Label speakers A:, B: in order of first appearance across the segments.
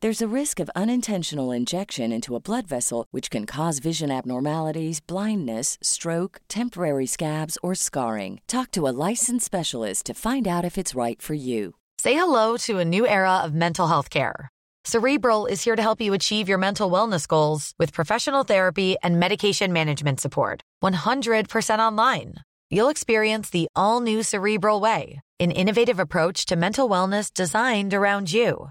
A: There's a risk of unintentional injection into a blood vessel, which can cause vision abnormalities, blindness, stroke, temporary scabs, or scarring. Talk to a licensed specialist to find out if it's right for you.
B: Say hello to a new era of mental health care. Cerebral is here to help you achieve your mental wellness goals with professional therapy and medication management support. 100% online. You'll experience the all new Cerebral Way, an innovative approach to mental wellness designed around you.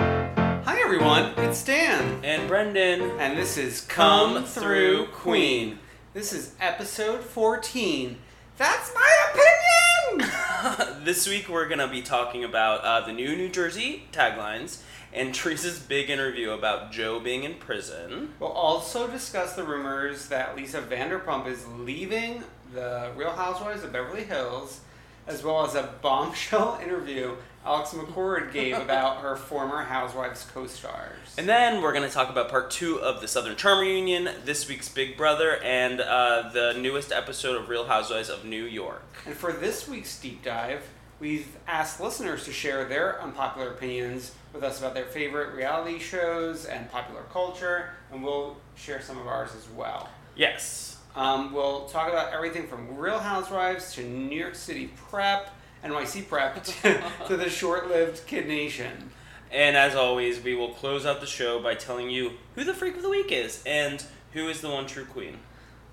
C: Hi everyone, it's Dan,
D: And Brendan.
C: and this is
D: Come Through Queen.
C: This is episode 14. That's my opinion!
D: this week we're gonna be talking about uh, the new New Jersey taglines and Teresa's big interview about Joe being in prison.
C: We'll also discuss the rumors that Lisa Vanderpump is leaving the Real Housewives of Beverly Hills, as well as a bombshell interview Alex McCord gave about her former Housewives co stars.
D: And then we're gonna talk about part two of the Southern Charm reunion, this week's Big Brother, and uh, the newest episode of Real Housewives of New York.
C: And for this week's deep dive, we've asked listeners to share their unpopular opinions with us about their favorite reality shows and popular culture, and we'll share some of ours as well.
D: Yes.
C: Um, we'll talk about everything from Real Housewives to New York City prep, NYC prep, to, to the short lived Kid Nation.
D: And as always, we will close out the show by telling you who the freak of the week is and who is the one true queen.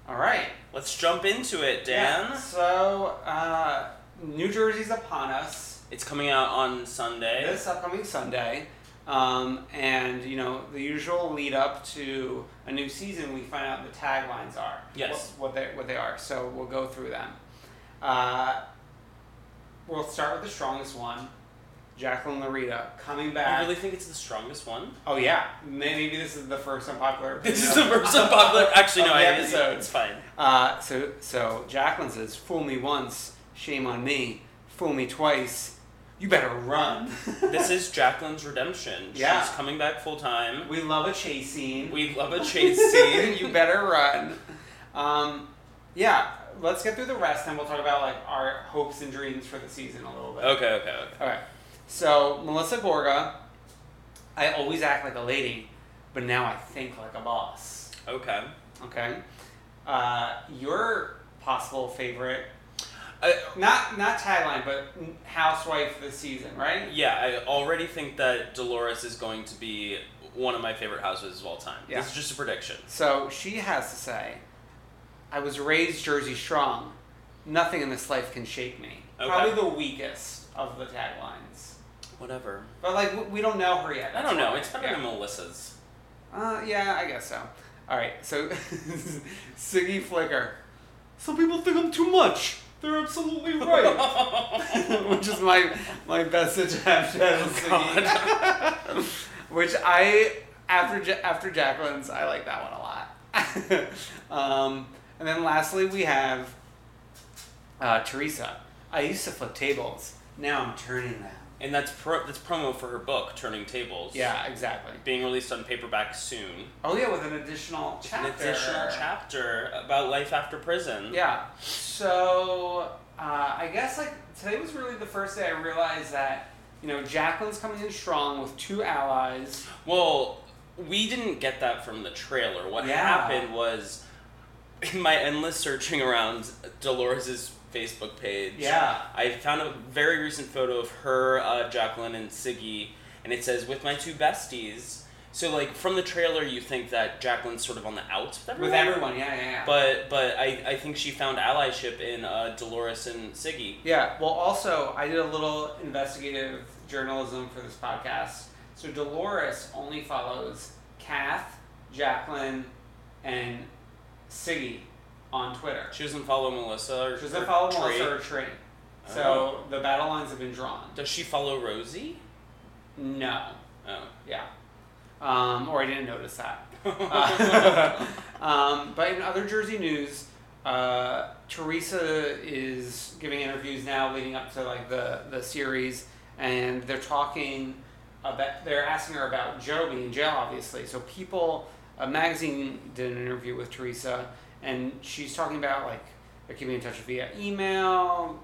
C: All right.
D: Let's jump into it, Dan.
C: Yeah, so, uh, New Jersey's upon us.
D: It's coming out on Sunday.
C: this upcoming Sunday. Um, and you know the usual lead up to a new season, we find out the taglines are
D: Yes.
C: what, what they what they are. So we'll go through them. Uh, we'll start with the strongest one, Jacqueline Larita coming
D: I
C: back.
D: really think it's the strongest one.
C: oh yeah, May- maybe this is the first unpopular.
D: This is the
C: opinion of-
D: most unpopular. Actually, no,
C: of
D: I
C: the
D: think it's,
C: episode.
D: it's fine.
C: Uh, so so Jacqueline says, "Fool me once, shame on me. Fool me twice, you better run."
D: This is Jacqueline's redemption.
C: Yeah.
D: She's coming back full time.
C: We love a chase scene.
D: We love a chase scene.
C: you better run. Um, yeah, let's get through the rest, and we'll talk about like our hopes and dreams for the season a little bit.
D: Okay, okay, okay.
C: All right. So Melissa Gorga, I always act like a lady, but now I think like a boss.
D: Okay.
C: Okay. Uh, your possible favorite
D: I,
C: Not not tagline, but housewife this season, right?
D: yeah, I already think that Dolores is going to be one of my favorite housewives of all time.
C: Yeah.
D: This is just a prediction.
C: So she has to say, I was raised Jersey strong. Nothing in this life can shake me.
D: Okay.
C: Probably the weakest of the taglines.
D: Whatever.
C: But like we- we don't know her yet.
D: I
C: that's
D: don't know.
C: why.
D: It's better
C: yeah.
D: than Melissa's.
C: Uh, yeah, I guess so. All right, so Siggy Flicker. Some people think I'm too much. They're absolutely right. Oh, Which is my my best attempt at Siggy. Which I after Ja- after Jacqueline's, I like that one a lot. um, and then lastly, we have uh, Teresa. I used to flip tables. Now I'm turning them.
D: And that's pro- that's promo for her book, Turning Tables.
C: Yeah, exactly.
D: Being released on paperback soon.
C: Oh yeah, with an additional
D: An
C: chapter.
D: additional chapter about life after prison.
C: Yeah. So uh, I guess like today was really the first day I realized that you know Jacqueline's coming in strong with two allies.
D: Well, we didn't get that from the trailer. What
C: Yeah.
D: happened was, in my endless searching around Dolores' Facebook page,
C: Yeah.
D: I found a very recent photo of her, uh, Jacqueline, and Siggy, and it says, with my two besties. So, like, from the trailer, you think that Jacqueline's sort of on the outs with everyone.
C: With everyone, yeah, yeah, yeah.
D: But, but I, I think she found allyship in uh, Dolores and Siggy.
C: yeah, well, also I did a little investigative journalism for this podcast. So Dolores only follows Kath, Jacqueline, and Siggy on Twitter.
D: She doesn't follow Melissa or
C: She doesn't
D: or
C: follow
D: Trey.
C: Melissa or Trey. So
D: Oh.
C: the battle lines have been drawn.
D: Does she follow Rosie?
C: No.
D: Oh.
C: Yeah. Um, or I didn't notice that. Uh, um, but in other Jersey news, uh, Teresa is giving interviews now leading up to like the, the series, and they're talking about they're asking her about Joe being in jail, obviously. So people, a magazine did an interview with Teresa, and she's talking about like they're keeping in touch via email,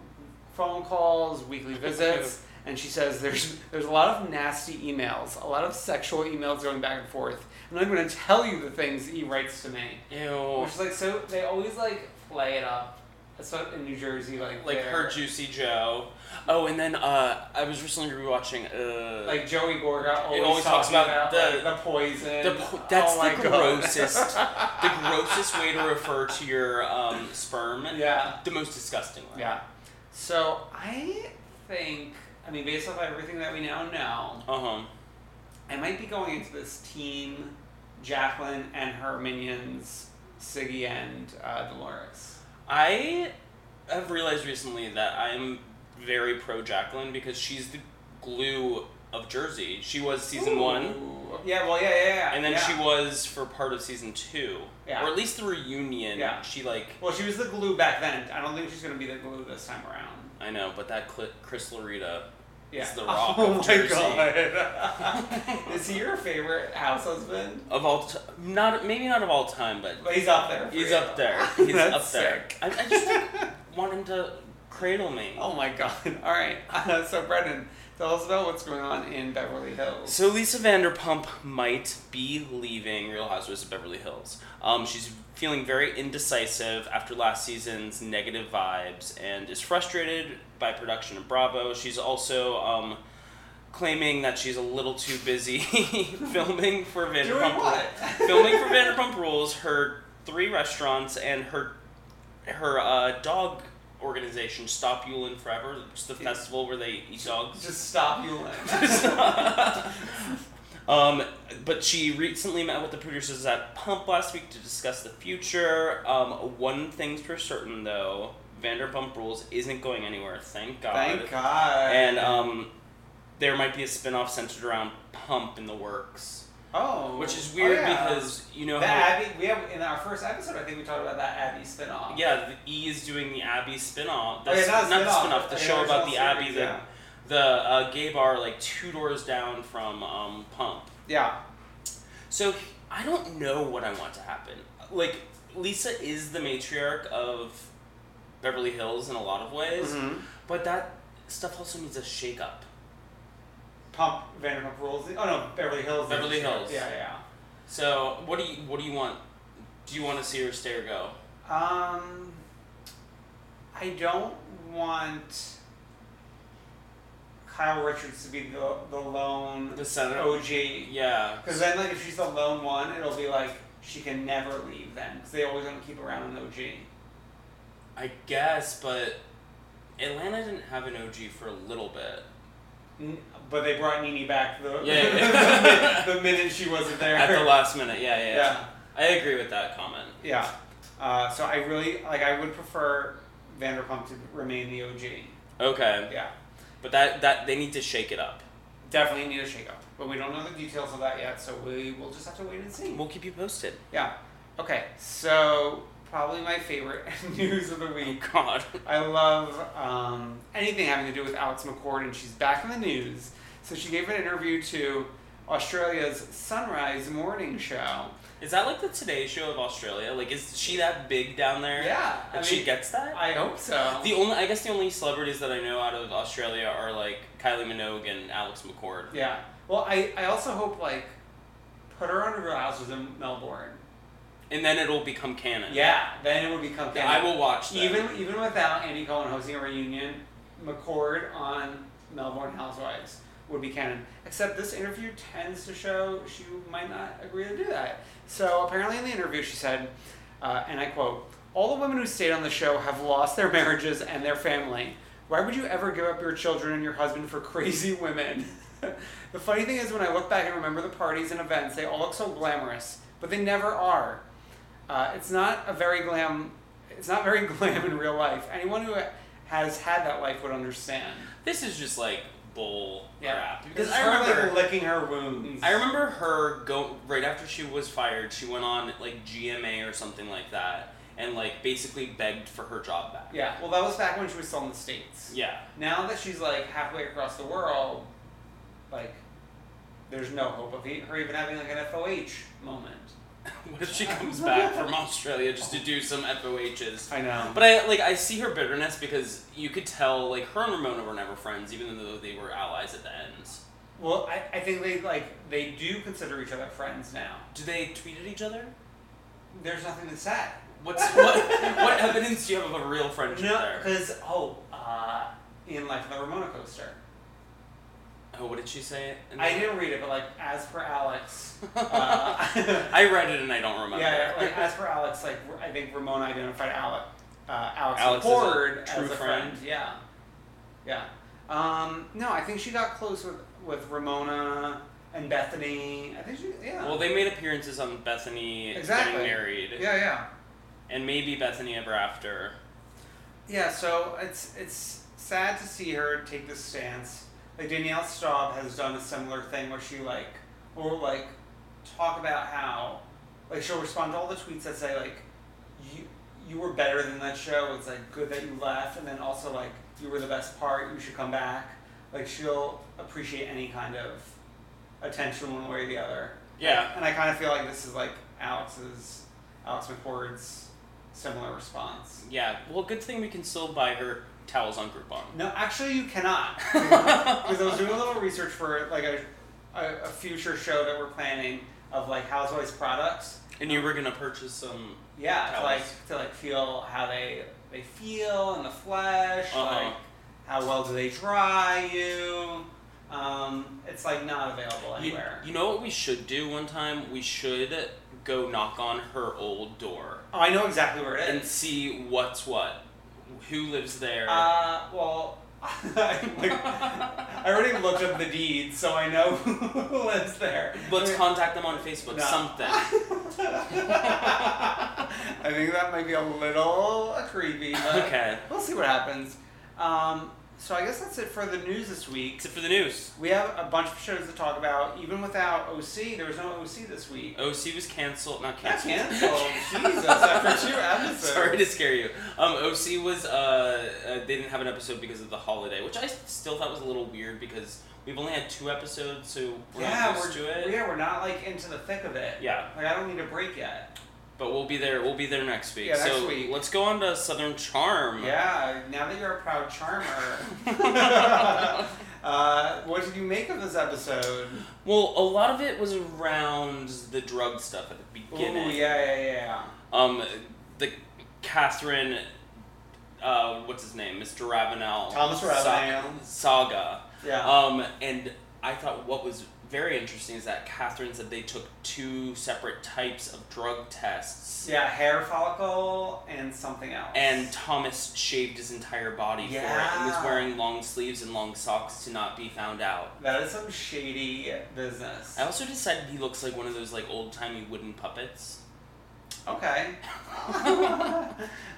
C: phone calls, weekly visits. And she says there's there's a lot of nasty emails, a lot of sexual emails going back and forth. And I'm going to tell you the things he writes to me.
D: Ew.
C: Which is like so they always like play it up. That's what in New Jersey like
D: like
C: they're-
D: her Juicy Joe. Oh, and then uh, I was recently rewatching. Uh,
C: like Joey Gorga always,
D: always
C: talks
D: talks
C: about,
D: about
C: like,
D: the-
C: the poison.
D: the, po- that's
C: Oh my
D: the
C: God.
D: grossest, the grossest way to refer to your um, sperm.
C: Yeah.
D: the most disgusting one.
C: yeah. So I think I mean based off everything that we now know,
D: Uh huh.
C: I might be going into this team Jacqueline and her minions, Siggy and uh, Dolores.
D: I have realized recently that I'm very pro Jacqueline because she's the glue of Jersey. She was season one,
C: Ooh. Yeah, well, yeah, yeah, yeah.
D: and then
C: yeah.
D: she was for part of season two,
C: Yeah.
D: or at least the reunion.
C: Yeah.
D: She like
C: Well, she was the glue back then. I don't think she's gonna be the glue this time around.
D: I know, but that Cl- Chris Loretta
C: Yeah.
D: is the rock
C: oh
D: of
C: my
D: Jersey.
C: god. Is he your favorite house husband?
D: of all t- not maybe not of all time, but
C: But he's up there. for
D: he's
C: you.
D: up there. He's
C: That's
D: up there.
C: sick.
D: I, I just like, want him to cradle me.
C: Oh my god. All right. Uh, so Brendan, tell us about what's going on in Beverly Hills.
D: So Lisa Vanderpump might be leaving Real Housewives of Beverly Hills. Um, she's feeling very indecisive after last season's negative vibes and is frustrated by production of Bravo. She's also um, claiming that she's a little too busy filming for Vanderpump.
C: what?
D: filming for Vanderpump Rules, her three restaurants, and her her uh, dog organization, Stop Yulin Forever, which is the festival where they eat dogs.
C: Just stop you.
D: Um, but she recently met with the producers at Pump last week to discuss the future. Um, one thing's for certain, though Vanderpump Rules isn't going anywhere, thank God.
C: Thank God.
D: And um, there might be a spin off centered around Pump in the works.
C: oh,
D: Which is weird
C: oh, yeah.
D: because, you know
C: the
D: how.
C: Abby. We have in our first episode. I think we talked about that Abby spinoff.
D: Yeah, the E is doing the Abbey spin-off. The,
C: Oh, yeah,
D: s-
C: not a
D: not the
C: spin-off,
D: spin-off, the
C: but the
D: show about the
C: original
D: Abbey,
C: series,
D: the,
C: yeah.
D: the uh, gay bar like two doors down from um, Pump.
C: Yeah.
D: So I don't know what I want to happen. Like Lisa is the matriarch of Beverly Hills in a lot of ways,
C: Mm-hmm.
D: but that stuff also needs a shake-up.
C: Pump Vanderpump Rules. Oh no, Beverly Hills.
D: Beverly
C: Sure.
D: Hills.
C: Yeah, yeah.
D: So what do you what do you want? Do you want to see her stay or go?
C: Um, I don't want Kyle Richards to be the, the lone
D: The center.
C: OG.
D: Yeah.
C: Because then, like, if she's the lone one, it'll be like she can never leave then. Because they always want to keep around an OG.
D: I guess, but Atlanta didn't have an OG for a little bit.
C: N- But they brought Nene back the,
D: Yeah, yeah.
C: the, minute she wasn't there.
D: At the last minute, yeah, yeah.
C: Yeah.
D: I agree with that comment.
C: Yeah. Uh, so I really, like, I would prefer Vanderpump to remain the OG.
D: Okay.
C: Yeah.
D: But that that they need to shake it up.
C: Definitely need a shakeup. But we don't know the details of that yet, so we will just have to wait and see.
D: We'll keep you posted.
C: Yeah. Okay. So probably my favorite news of the week.
D: Oh, God.
C: I love um, anything having to do with Alex McCord, and she's back in the news. So she gave an interview to Australia's Sunrise Morning Show.
D: Is that like the Today Show of Australia? Like, is she that big down there?
C: Yeah, I
D: And she
C: mean,
D: gets that?
C: I hope so.
D: the only, I guess, the only celebrities that I know out of Australia are like Kylie Minogue and Alex McCord.
C: yeah. Well, I, I also hope like put her under houses in Melbourne.
D: And then it'll become canon.
C: Yeah. Then it would become.
D: Yeah, I will watch them.
C: Even even without Andy Cohen hosting a reunion, McCord on Melbourne Housewives would be canon. Except this interview tends to show she might not agree to do that. So apparently in the interview she said, uh, and I quote, "All the women who stayed on the show have lost their marriages and their family. Why would you ever give up your children and your husband for crazy women?" the funny thing is, when I look back and remember the parties and events, they all look so glamorous, but they never are. Uh, it's not a very glam. It's not very glam in real life. Anyone who has had that life would understand.
D: This is just like bull crap.
C: because
D: Because
C: I
D: I remember,
C: like licking her wounds.
D: I remember her go right after she was fired. She went on like GMA or something like that, and like basically begged for her job back.
C: Yeah. Well, that was back when she was still in the states.
D: Yeah.
C: Now that she's like halfway across the world, like, there's no hope of e- her even having like an FOH moment.
D: What if she comes back from Australia just to do some FOHs?
C: I know.
D: But I like I see her bitterness because you could tell like her and Ramona were never friends, even though they were allies at the ends.
C: Well, I, I think they like they do consider each other friends now.
D: Do they tweet at each other?
C: There's nothing to say.
D: What's what? what evidence do you have of a real friendship
C: No,
D: there?
C: because oh, uh, in Life of the Ramona coaster.
D: Oh, what did she say? In
C: I
D: the-
C: didn't read it, but like as per Alex, uh, yeah,
D: I read it and I don't remember.
C: yeah, like as per Alex, like I think Ramona identified Alec, uh, Alex,
D: Alex is a
C: Ford
D: true
C: as a friend.
D: friend.
C: Yeah, yeah. Um, no, I think she got close with with Ramona and Bethany. I think she, yeah.
D: well, they made appearances on Bethany
C: exactly
D: getting married,
C: Yeah, yeah,
D: and maybe Bethany Ever After.
C: yeah. So it's it's sad to see her take this stance. Like Danielle Staub has done a similar thing where she like will like talk about how like she'll respond to all the tweets that say like you you were better than that show. It's like good that you left, and then also like you were the best part. You should come back. Like she'll appreciate any kind of attention one way or the other.
D: Yeah.
C: and I kind of feel like this is like Alex's Alex McCord's similar response.
D: Yeah. Well, good thing we can still buy her towels on Groupon.
C: No, actually, you cannot. Because I was doing a little research for like a, a, a future show that we're planning of like Housewives products.
D: And you were gonna purchase some.
C: Yeah, to like
D: Towels.
C: to like feel how they they feel in the flesh.
D: Uh-huh.
C: Like how well do they dry you? Um, it's like not available
D: You,
C: anywhere.
D: you know what we should do one time? We should go knock on her old door
C: oh, I know exactly where it
D: and
C: is.
D: see what's what, who lives there.
C: Uh, well. I, like, I already looked up the deeds, so I know who lives there.
D: Let's
C: I mean-
D: contact them on Facebook.
C: No.
D: Something.
C: I think that might be a little creepy, but
D: Okay.
C: we'll see what happens. Um, so I guess that's it for the news this week.
D: Except for the news.
C: We have a bunch of shows to talk about. Even without OC, there was no OC this week.
D: OC was canceled. Not
C: That's
D: canceled.
C: canceled. Jesus, after two episodes.
D: Sorry to scare you. Um, OC was uh, uh, they didn't have an episode because of the holiday, which I still thought was a little weird because we've only had two episodes, so we're
C: yeah,
D: not used
C: we're
D: to it.
C: yeah, we're not like into the thick of it.
D: Yeah.
C: like I don't need a break yet.
D: But we'll be there. We'll be there next week.
C: Yeah, next
D: so
C: week.
D: let's go on to Southern Charm.
C: Yeah, now that you're a proud charmer, uh, what did you make of this episode?
D: Well, a lot of it was around the drug stuff at the
C: Ooh,
D: beginning.
C: yeah, yeah, yeah.
D: Um, the Catherine uh, what's his name, Mr. Ravenel,
C: Thomas Ravenel.
D: saga.
C: Yeah.
D: Um, and I thought what was very interesting is that Catherine said they took two separate types of drug tests.
C: Yeah, hair follicle and something else.
D: And Thomas shaved his entire body for it and was
C: Yeah.
D: wearing long sleeves and long socks to not be found out.
C: that is some shady business.
D: I also decided he looks like one of those like old timey wooden puppets.
C: Okay.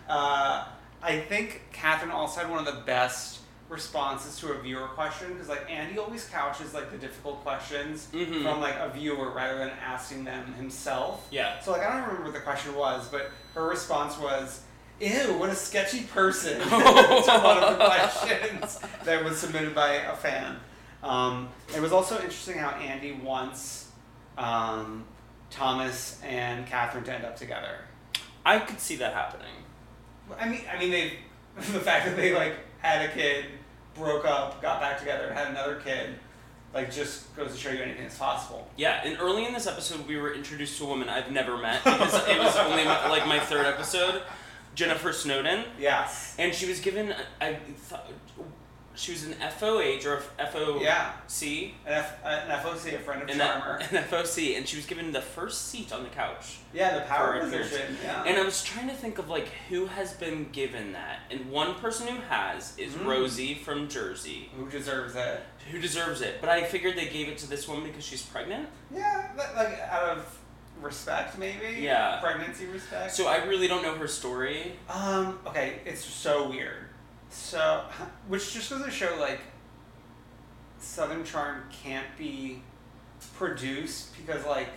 C: uh, I think Catherine also had one of the best responses to a viewer question because like Andy always couches like the difficult questions from like a viewer rather than asking them himself.
D: Yeah.
C: So like I don't remember what the question was, but her response was, "Ew, what a sketchy person." to one of the questions that was submitted by a fan. Um, it was also interesting how Andy wants um, Thomas and Catherine to end up together.
D: I could see that happening.
C: I mean, I mean, they the fact that they like had a kid, broke up, got back together, and had another kid, like just goes to show you anything is possible.
D: Yeah, and early in this episode, we were introduced to a woman I've never met because it was only my, like my third episode, Jennifer Snowden,
C: Yes.
D: and she was given I thought she was an FOH or FOC,
C: Yeah.
D: an
C: An, F, an FOC, a friend of Charmer.
D: an FOC, and she was given the first seat on the couch.
C: yeah, the power
D: for appearance.
C: position. Yeah.
D: And uh, I was trying to think of like who has been given that, and one person who has is
C: Mm.
D: Rosie from Jersey,
C: Who deserves it?
D: who deserves it. But I figured they gave it to this woman because she's pregnant.
C: Yeah, but, like out of respect, maybe.
D: Yeah.
C: Pregnancy respect.
D: So I really don't know her story.
C: Um. Okay, it's so weird. So, which just goes to show, like, Southern Charm can't be produced because, like,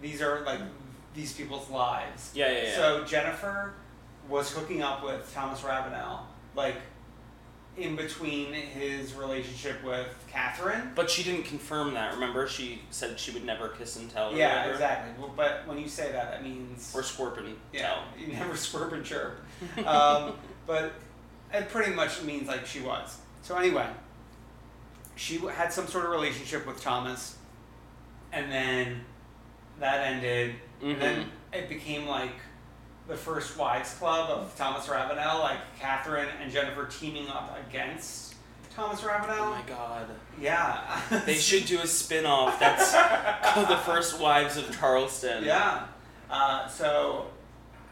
C: these are like these people's lives.
D: Yeah, yeah, yeah.
C: So Jennifer was hooking up with Thomas Ravenel, like, in between his relationship with Catherine.
D: But she didn't confirm that. Remember, she said she would never kiss and tell. Or
C: yeah,
D: whatever.
C: exactly. Well, but when you say that, that means
D: Or scorpion
C: Yeah, you never swerve and chirp. Um, but it pretty much means like she was. So anyway, she w- had some sort of relationship with Thomas, and then that ended. And then
D: Mm-hmm.
C: it became like the first wives club of Thomas Ravenel, like Catherine and Jennifer teaming up against Thomas Ravenel.
D: tell. Oh my god.
C: Yeah,
D: They should do a spin off that's called The First Wives of Charleston.
C: Yeah. Uh, so,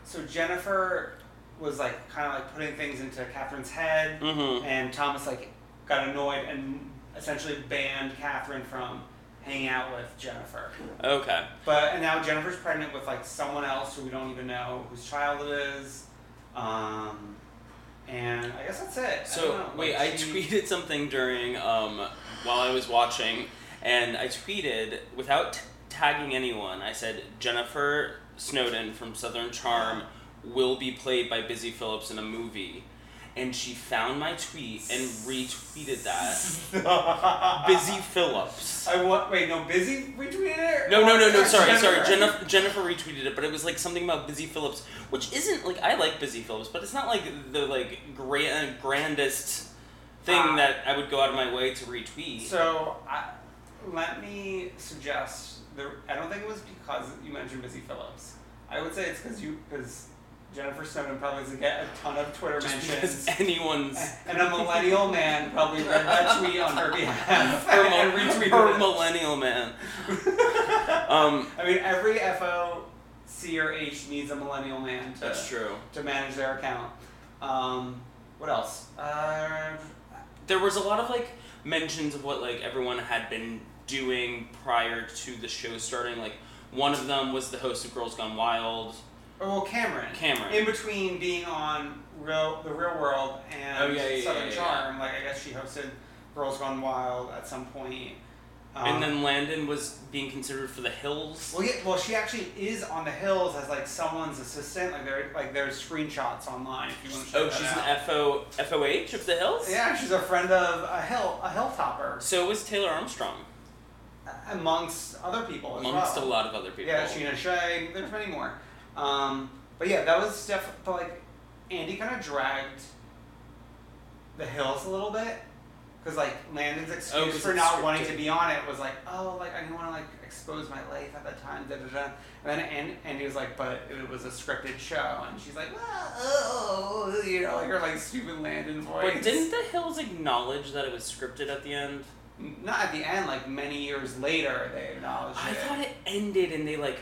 C: so Jennifer was like kind of like putting things into Catherine's head,
D: Mm-hmm.
C: and Thomas like got annoyed and essentially banned Catherine from hanging out with Jennifer.
D: Okay.
C: But and now Jennifer's pregnant with like someone else who we don't even know whose child it is. Um, and I guess that's it. I
D: So,
C: don't know,
D: wait,
C: like,
D: I
C: she-
D: tweeted something during, um, while I was watching, and I tweeted, without t- tagging anyone, I said, Jennifer Snowden from Southern Charm will be played by Busy Phillips in a movie. And she found my tweet and retweeted that. Busy Phillips.
C: I want wait no busy retweeted it.
D: No, no, no, no.
C: Or
D: Sorry, sorry. Jennifer, Jennifer retweeted it, but it was like something about Busy Phillips, which isn't like I like Busy Phillips, but it's not like the like grand, grandest thing
C: Ah.
D: that I would go out of my way to retweet.
C: So I, let me suggest. The, I don't think it was because you mentioned Busy Phillips. I would say it's because you because Jennifer Snowden probably doesn't get a ton of Twitter
D: because
C: mentions.
D: anyone's
C: And a millennial man probably read that tweet on her behalf
D: her,
C: and
D: mil-
C: retweeted
D: her
C: it.
D: millennial man. um,
C: I mean, every FO C or H needs a millennial man to,
D: that's true.
C: to manage their account. Um, what else? Uh,
D: There was a lot of like mentions of what like everyone had been doing prior to the show starting. Like one of them was the host of Girls Gone Wild.
C: oh, well, Cameron.
D: Cameron.
C: In between being on real the Real World and
D: Oh, yeah, yeah,
C: Southern
D: yeah, yeah.
C: Charm, like I guess she hosted Girls Gone Wild at some point. Um,
D: And then Landon was being considered for the Hills.
C: well, yeah, well, she actually is on the hills as like someone's assistant. Like there, like there's screenshots online if you want to check
D: Oh,
C: that
D: she's
C: out.
D: an FO, FOH of the Hills?
C: Yeah, she's a friend of a hill a hilltopper,
D: So was Taylor Armstrong,
C: amongst other people. As
D: amongst
C: well.
D: a lot of other people.
C: Yeah, Sheena Shea. There's many more. Um, but yeah, that was definitely like Andy kind of dragged the hills a little bit Because like Landon's excuse
D: Oh, 'cause
C: for
D: it's
C: not wanting to
D: scripted.
C: be on it was like, oh, like I didn't want to like expose my life at that time, da da da. And then and and he was like, but it was a scripted show, and she's like, well, oh, you know, like her like stupid Landon voice.
D: But didn't the Hills acknowledge that it was scripted at the end?
C: not at the end, like many years later, they acknowledged
D: I
C: it.
D: thought it ended and they like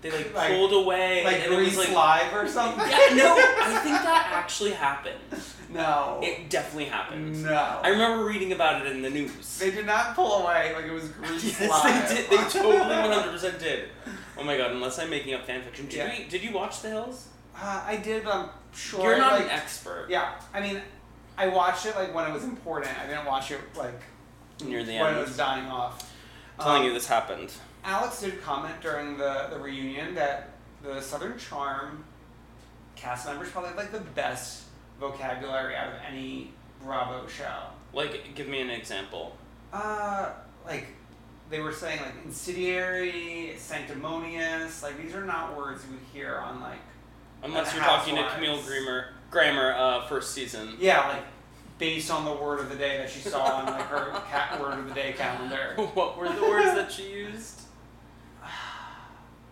D: they like,
C: Like-
D: pulled away
C: like
D: and it
C: Grease
D: was like
C: Live or something.
D: Yeah, no, I think that actually happened.
C: no,
D: It definitely happened.
C: no.
D: I remember reading about it in the news.
C: They did not pull away like it was Grease Live.
D: yes, they did. They totally one hundred percent did. Oh my god! Unless I'm making up fan fiction. Did
C: Yeah.
D: we? Did you watch The Hills?
C: Uh, I did, but I'm sure
D: You're not
C: like,
D: an expert.
C: Yeah, I mean, I watched it like when it was important. I didn't watch it like
D: Near the
C: when
D: end.
C: it was dying off.
D: I'm telling
C: Um,
D: you this happened.
C: Alex did comment during the, the reunion that the Southern Charm cast members probably have, like the best vocabulary out of any Bravo show.
D: Like, give me an example.
C: Uh, like they were saying like incendiary, sanctimonious. Like these are not words you would hear on like
D: Unless
C: And
D: you're talking to
C: housewives.
D: Camille Grammer, Grammer, uh, first season.
C: yeah like based on the word of the day that she saw on like her cat word of the day calendar.
D: what were the words that she used?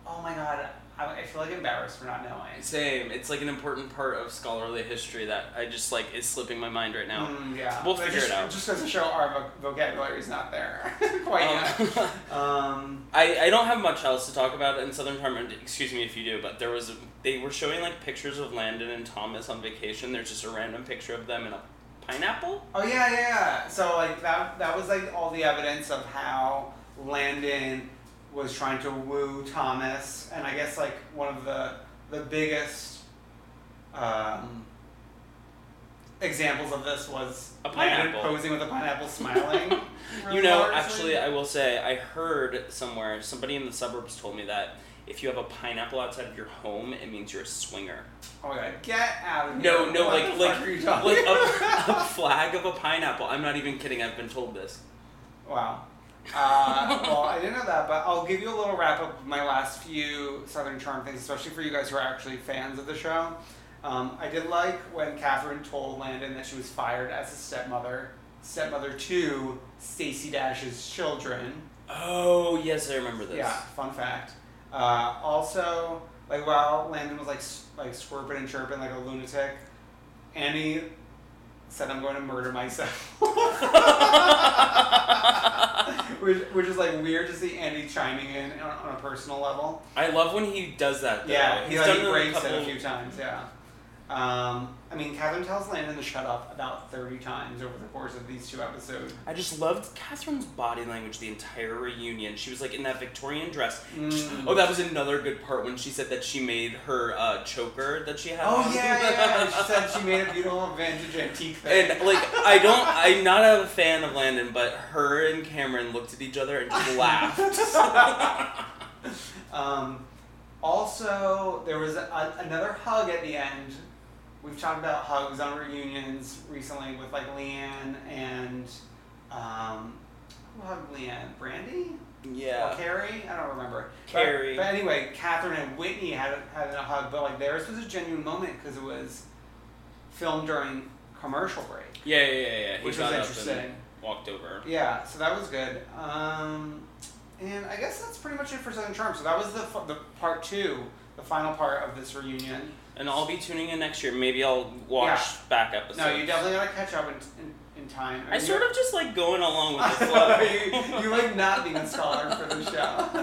C: Oh my god, I, I feel like embarrassed for not knowing.
D: Same. It's like an important part of scholarly history that I just like is slipping my mind right now. Um,
C: Mm, yeah,
D: We'll
C: But
D: figure
C: just,
D: it out.
C: Just because the show our voc- vocabulary is not there quite
D: Um,
C: yet. Um,
D: I, I don't have much else to talk about in Southern Charm. and Excuse me if you do, but there was they were showing like pictures of Landon and Thomas on vacation. There's just a random picture of them in a pineapple.
C: oh yeah, yeah, yeah. So like that that was like all the evidence of how Landon was trying to woo Thomas, and I guess like one of the the biggest um, examples of this was
D: A
C: Landon
D: pineapple.
C: posing with a pineapple, smiling.
D: You know, actually, I will say I heard somewhere somebody in the suburbs told me that if you have a pineapple outside of your home, it means you're a swinger.
C: Oh my god, get out of here.
D: No, no,
C: What
D: like
C: the
D: like
C: fuck are you talking
D: like a, a flag of a pineapple. I'm not even kidding. I've been told this.
C: Wow. Uh, well, I didn't know that, but I'll give you a little wrap up of my last few Southern Charm things, especially for you guys who are actually fans of the show. Um, I did like when Catherine told Landon that she was fired as a stepmother, stepmother to Stacy Dash's children.
D: Oh yes, I remember this.
C: Yeah, fun fact. Uh, also, like while Landon was like s- like squirping and chirping like a lunatic, Annie said, "I'm going to murder myself," which, which is like weird to see Annie chiming in on, on a personal level.
D: I love when he does that. Though.
C: Yeah, he
D: he's
C: like
D: done it in a
C: breaks it
D: couple.
C: a few times. Yeah. Um, I mean, Catherine tells Landon to shut up about 30 times over the course of these two episodes.
D: I just loved Catherine's body language the entire reunion. She was like in that Victorian dress. She-
C: Mm.
D: Oh, that was another good part when she said that she made her uh, choker that she had.
C: Oh
D: on.
C: yeah, yeah. She said she made a beautiful vintage antique thing.
D: And like I don't, I'm not a fan of Landon, but her and Cameron looked at each other and just laughed.
C: Um, also, there was a, another hug at the end. We've talked about hugs on reunions recently with like Leanne and um, who hugged Leanne? Brandy or
D: yeah.
C: Carrie? I don't remember. But-
D: Carrie.
C: But, anyway, Catherine and Whitney had had a hug, but like theirs was a genuine moment because it was filmed during commercial break.
D: Yeah, yeah, yeah, yeah. He
C: Which was
D: got up and
C: interesting.
D: walked over.
C: Yeah, so that was good. Um, and I guess that's pretty much it for Southern Charm. So that was the, f- the part two, the final part of this reunion.
D: And I'll be tuning in next year. Maybe I'll watch
C: Yeah.
D: back episodes.
C: No, you definitely gotta catch up in, in, in time.
D: I sort of just like going along with the flow.
C: you, you like not being a scholar for the show.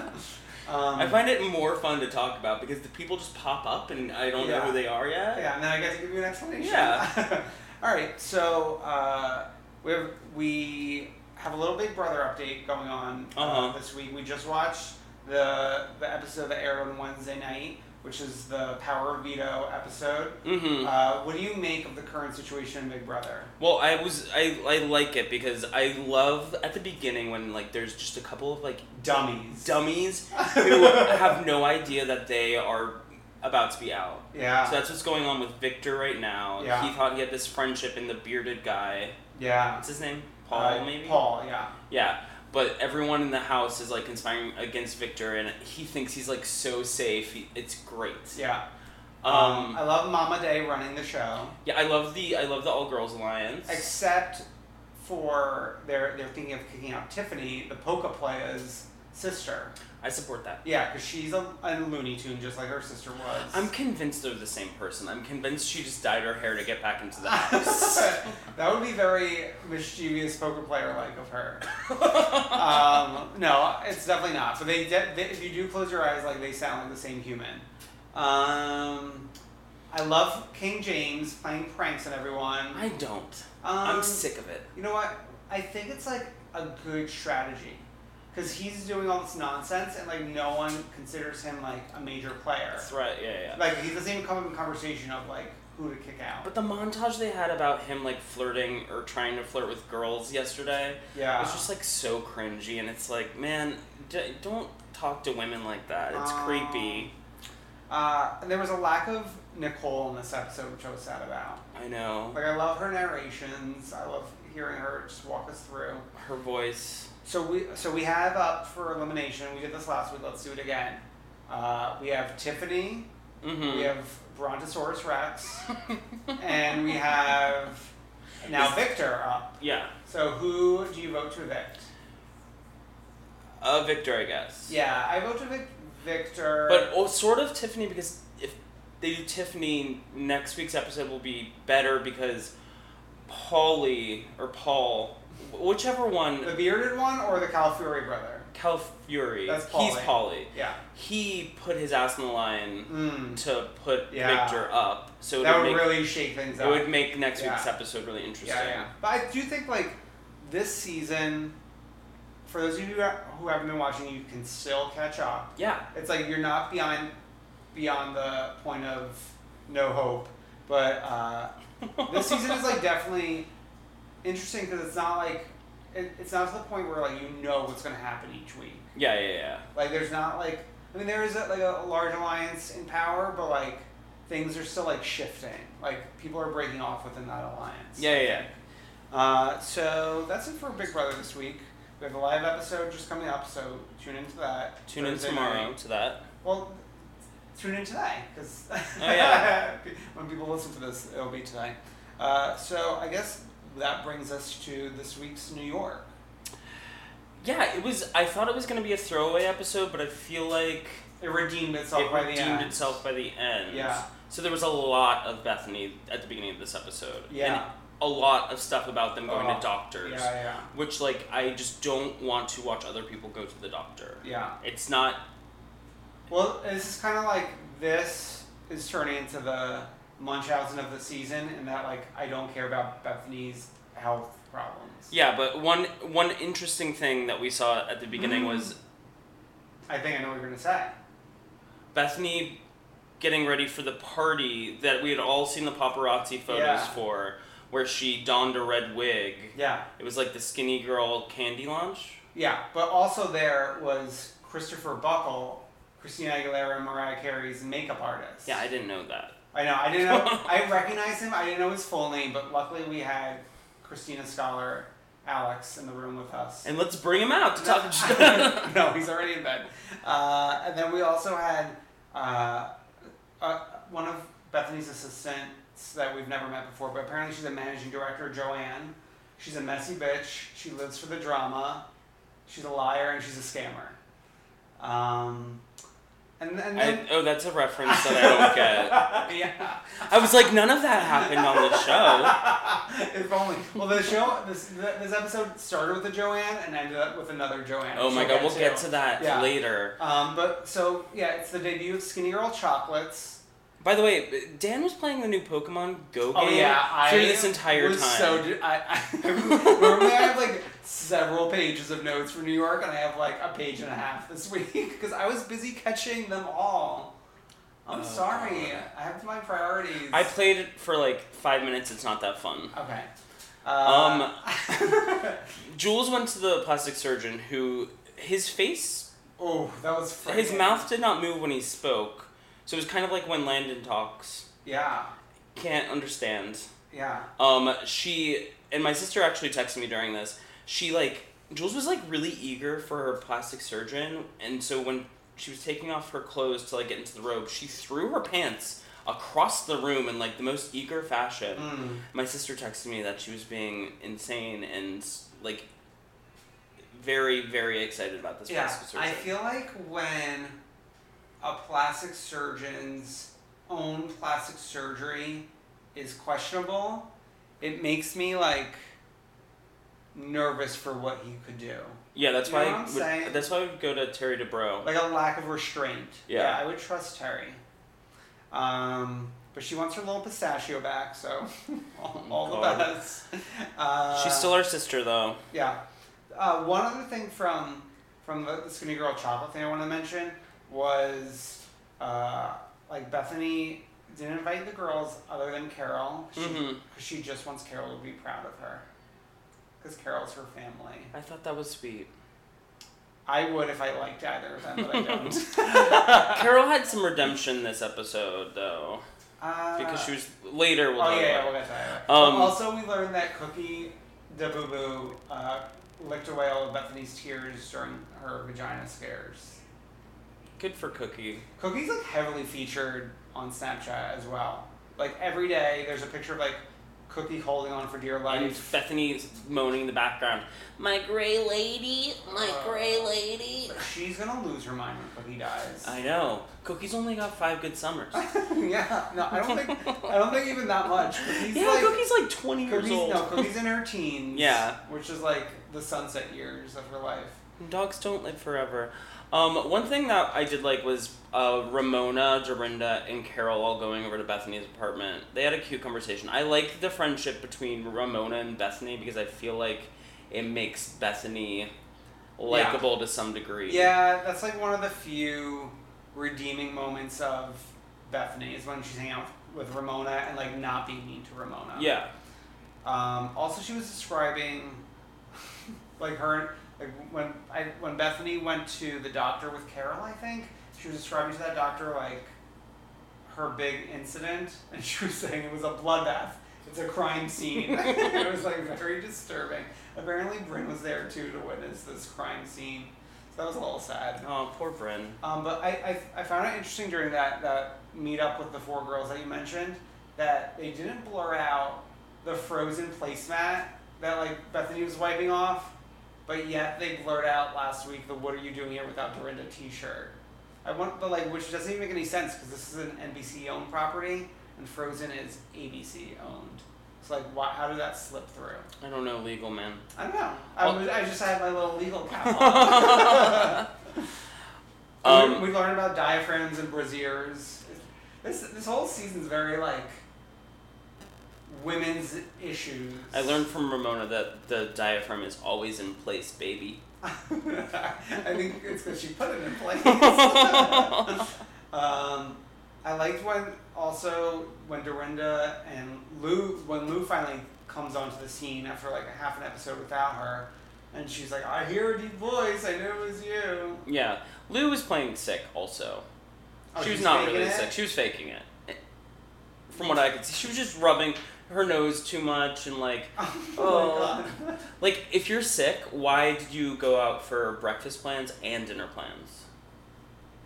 C: Um,
D: I find it more fun to talk about because the people just pop up and I don't know
C: Yeah.
D: who they are yet.
C: Yeah, and then I get to give you an explanation.
D: Yeah.
C: All right, so uh, we have we have a little Big Brother update going on uh,
D: Uh-huh.
C: this week. We just watched the the episode that aired on Wednesday night, which is the Power of Veto episode.
D: Mm-hmm.
C: Uh, what do you make of the current situation in Big Brother?
D: Well, I was I, I like it because I love at the beginning when like there's just a couple of like
C: Dummies.
D: dummies who have no idea that they are about to be out.
C: Yeah.
D: So that's what's going on with Victor right now.
C: Yeah.
D: He thought he had this friendship in the bearded guy.
C: yeah.
D: What's his name? Paul
C: Uh,
D: maybe?
C: Paul, yeah.
D: Yeah, but everyone in the house is like conspiring against Victor, and he thinks he's like so safe. He, it's great.
C: Yeah.
D: Um,
C: I love Mama Day running the show.
D: yeah, I love the I love the all girls alliance.
C: Except for they're they're thinking of kicking out Tiffany, the polka playa's sister.
D: I support that.
C: Yeah, because she's a, a Looney Tune just like her sister was.
D: I'm convinced they're the same person. I'm convinced she just dyed her hair to get back into the house.
C: that would be very mischievous poker player like of her. um, no, it's definitely not. But they, de- they, if you do close your eyes, like they sound like the same human. Um, I love King James playing pranks on everyone.
D: I don't.
C: Um,
D: I'm sick of it.
C: You know what? I think it's like a good strategy. Because he's doing all this nonsense and like no one considers him like a major player.
D: That's right. Yeah, yeah.
C: Like he doesn't even come up in conversation of like who to kick out.
D: But the montage they had about him like flirting or trying to flirt with girls yesterday,
C: Yeah.
D: was just like so cringy, and it's like, man, d- don't talk to women like that. It's
C: Um,
D: creepy.
C: Uh, and there was a lack of Nicole in this episode, which I was sad about.
D: I know
C: Like I love her narrations. I love hearing her just walk us through.
D: her voice.
C: So we so we have up for elimination. We did this last week. Let's do it again. Uh, we have Tiffany.
D: Mhm.
C: We have Brontosaurus Rex, and we have now Victor up.
D: Yeah,
C: So who do you vote to evict?
D: uh, Victor, I guess.
C: Yeah, I vote to evict Victor.
D: But oh, sort of Tiffany because if they do Tiffany, next week's episode will be better because Paulie or Paul, wh- whichever one,
C: the bearded one or the Calfury brother?
D: Cal Fury,
C: That's
D: he's
C: Paulie.
D: Paulie.
C: Yeah.
D: He put his ass on the line to put
C: Yeah.
D: Victor up, so Hmm. it
C: That would
D: make,
C: really shake things
D: it
C: up.
D: would make next week's
C: Yeah.
D: episode really interesting.
C: Yeah, yeah. But I do think like this season, for those of you who haven't been watching, you can still catch up.
D: Yeah.
C: It's like you're not beyond beyond the point of no hope, but uh, this season is like definitely interesting because it's not like it, it's not to the point where like you know what's gonna happen each week.
D: yeah, yeah, yeah.
C: Like there's not like I mean there is a, like a large alliance in power, but like things are still like shifting. Like people are breaking off within that alliance.
D: Yeah, yeah, yeah.
C: Uh, so that's it for Big Brother this week. We have a live episode just coming up, so tune into that.
D: Tune in
C: Thursday
D: tomorrow
C: night.
D: to that.
C: Well, tune in today because
D: Oh, yeah.
C: when people listen to this, it'll be today. Uh, so I guess that brings us to this week's New York.
D: Yeah, it was. I thought it was gonna be a throwaway episode, but I feel like
C: It redeemed itself
D: it
C: by
D: redeemed
C: the end.
D: itself by the end.
C: Yeah.
D: So there was a lot of Bethany at the beginning of this episode.
C: Yeah.
D: And a lot of stuff about them going
C: Oh,
D: to doctors.
C: yeah, yeah.
D: Which like I just don't want to watch other people go to the doctor.
C: Yeah.
D: It's not
C: Well, this is kind of like this is turning into the Munchausen of the season, and that like I don't care about Bethany's health problems.
D: yeah, but one one interesting thing that we saw at the
C: Mm.
D: beginning was
C: I think I know what you're gonna say.
D: Bethany getting ready for the party that we had all seen the paparazzi photos
C: Yeah.
D: for where she donned a red wig.
C: Yeah,
D: It was like the skinny girl candy launch.
C: yeah. But also there was Christopher Buckle, Christina Aguilera, and Mariah Carey's makeup artist.
D: Yeah, I didn't know that.
C: I know. I didn't know. I recognized him. I didn't know his full name, but luckily we had Christina Scholar, Alex, in the room with us.
D: And let's bring him out to talk.
C: no, he's already in bed. Uh, and then we also had uh, uh, one of Bethany's assistants that we've never met before, but apparently she's a managing director, Joanne. She's a messy bitch. She lives for the drama. She's a liar and she's a scammer. Um, and, and
D: I,
C: then,
D: oh, that's a reference that I don't get.
C: yeah,
D: I was like, none of that happened on the show.
C: if only. Well, the show, this this episode started with a Joanne and ended up with another Joanne.
D: Oh my
C: She'll
D: god, we'll get
C: to.
D: to that
C: Yeah.
D: later.
C: Um, but so yeah, it's the debut of Skinny Girl Chocolates.
D: By the way, Dan was playing the new Pokemon Go game
C: Oh yeah, I
D: through this entire
C: was
D: time.
C: So d- I, I normally I have like several pages of notes for New York, and I have like a page and a half this week because I was busy catching them all. I'm sorry, I have my priorities.
D: I played it for like five minutes. It's not that fun.
C: okay. Uh,
D: Um, Jules went to the plastic surgeon who his face,
C: Oh, that was frightening.
D: his mouth did not move when he spoke, so it was kind of like when Landon talks.
C: Yeah,
D: Can't understand.
C: yeah.
D: Um, she and my sister actually texted me during this. She like Jules was like really eager for her plastic surgeon, and so when she was taking off her clothes to like get into the robe, she threw her pants across the room in like the most eager fashion.
C: Mm.
D: My sister texted me that she was being insane and like very very excited about this
C: Yeah,
D: plastic
C: I
D: surgeon.
C: feel like when a plastic surgeon's own plastic surgery is questionable, it makes me like nervous for what he could do.
D: yeah, that's
C: You know
D: why
C: what
D: I
C: I'm
D: would,
C: saying?
D: that's why I would go to Terry DeBro.
C: Like a lack of restraint.
D: Yeah.
C: I would trust Terry. Um, but she wants her little pistachio back, so all, all the
D: God.
C: best. Uh,
D: She's still our sister though.
C: Yeah. Uh, one other thing from from the, the Skinny Girl Chocolate thing I want to mention was uh, like Bethany didn't invite the girls other than Carol because
D: Mhm.
C: she, just wants Carol to be proud of her because Carol's her family.
D: I thought that was sweet.
C: I would if I liked either of them, but I don't.
D: Carol had some redemption this episode though
C: uh,
D: because she was later. We'll
C: Oh
D: talk
C: yeah, yeah,
D: about it.
C: we'll get to that.
D: Um,
C: also, we learned that Cookie the Boo Boo uh, licked away all of Bethany's tears during her vagina scares.
D: Good for Cookie.
C: Cookie's like heavily featured on Snapchat as well. Like every day, there's a picture of like Cookie holding on for dear
D: And
C: life.
D: Bethany's moaning in the background. My gray lady, my gray lady.
C: Uh, She's gonna lose her mind when Cookie dies.
D: I know. Cookie's only got five good summers.
C: yeah, no, I don't think I don't think even that much. Cookie's
D: yeah,
C: like
D: Cookie's like 20 years
C: Cookie's
D: old.
C: no, Cookie's in her teens.
D: Yeah.
C: which is like the sunset years of her life.
D: Dogs don't live forever. Um, one thing that I did like was uh, Ramona, Dorinda, and Carol all going over to Bethany's apartment. They had a cute conversation. I like the friendship between Ramona and Bethany because I feel like it makes Bethany likable to some degree.
C: Yeah, that's like one of the few redeeming moments of Bethany is when she's hanging out with Ramona and like not being mean to Ramona.
D: Yeah.
C: Um, also, she was describing like her like when I when Bethany went to the doctor with Carol. I think she was describing to that doctor like her big incident, and she was saying it was a bloodbath. It's a crime scene. it was like very disturbing. Apparently, Bryn was there too to witness this crime scene. So that was a little sad.
D: Oh, poor Bryn.
C: Um, but I, I, I found it interesting during that, that meetup with the four girls that you mentioned that they didn't blur out the frozen placemat that like Bethany was wiping off, but yet they blurred out last week the "What are you doing here without Dorinda" T-shirt. I want, but like, which doesn't even make any sense because this is an NBC owned property and Frozen is ABC owned. So like, why, how did that slip through?
D: I don't know, legal man.
C: I don't know. I,
D: Well-
C: was, I just had my little legal cap on.
D: Um,
C: we, we learned about diaphragms and brassieres. This this whole season's very like women's issues.
D: I learned from Ramona that the diaphragm is always in place, baby.
C: I think it's because she put it in place. um, I liked when also when Dorinda and Lou when Lou finally comes onto the scene after like a half an episode without her, and she's like, "I hear a deep voice. I knew it was you."
D: Yeah. Lou was playing sick also.
C: Oh,
D: she was
C: she's
D: not
C: faking
D: really
C: it?
D: sick. She was faking it. From what I could see, she was just rubbing her nose too much and like,
C: Oh my God.
D: like if you're sick, why did you go out for breakfast plans and dinner plans?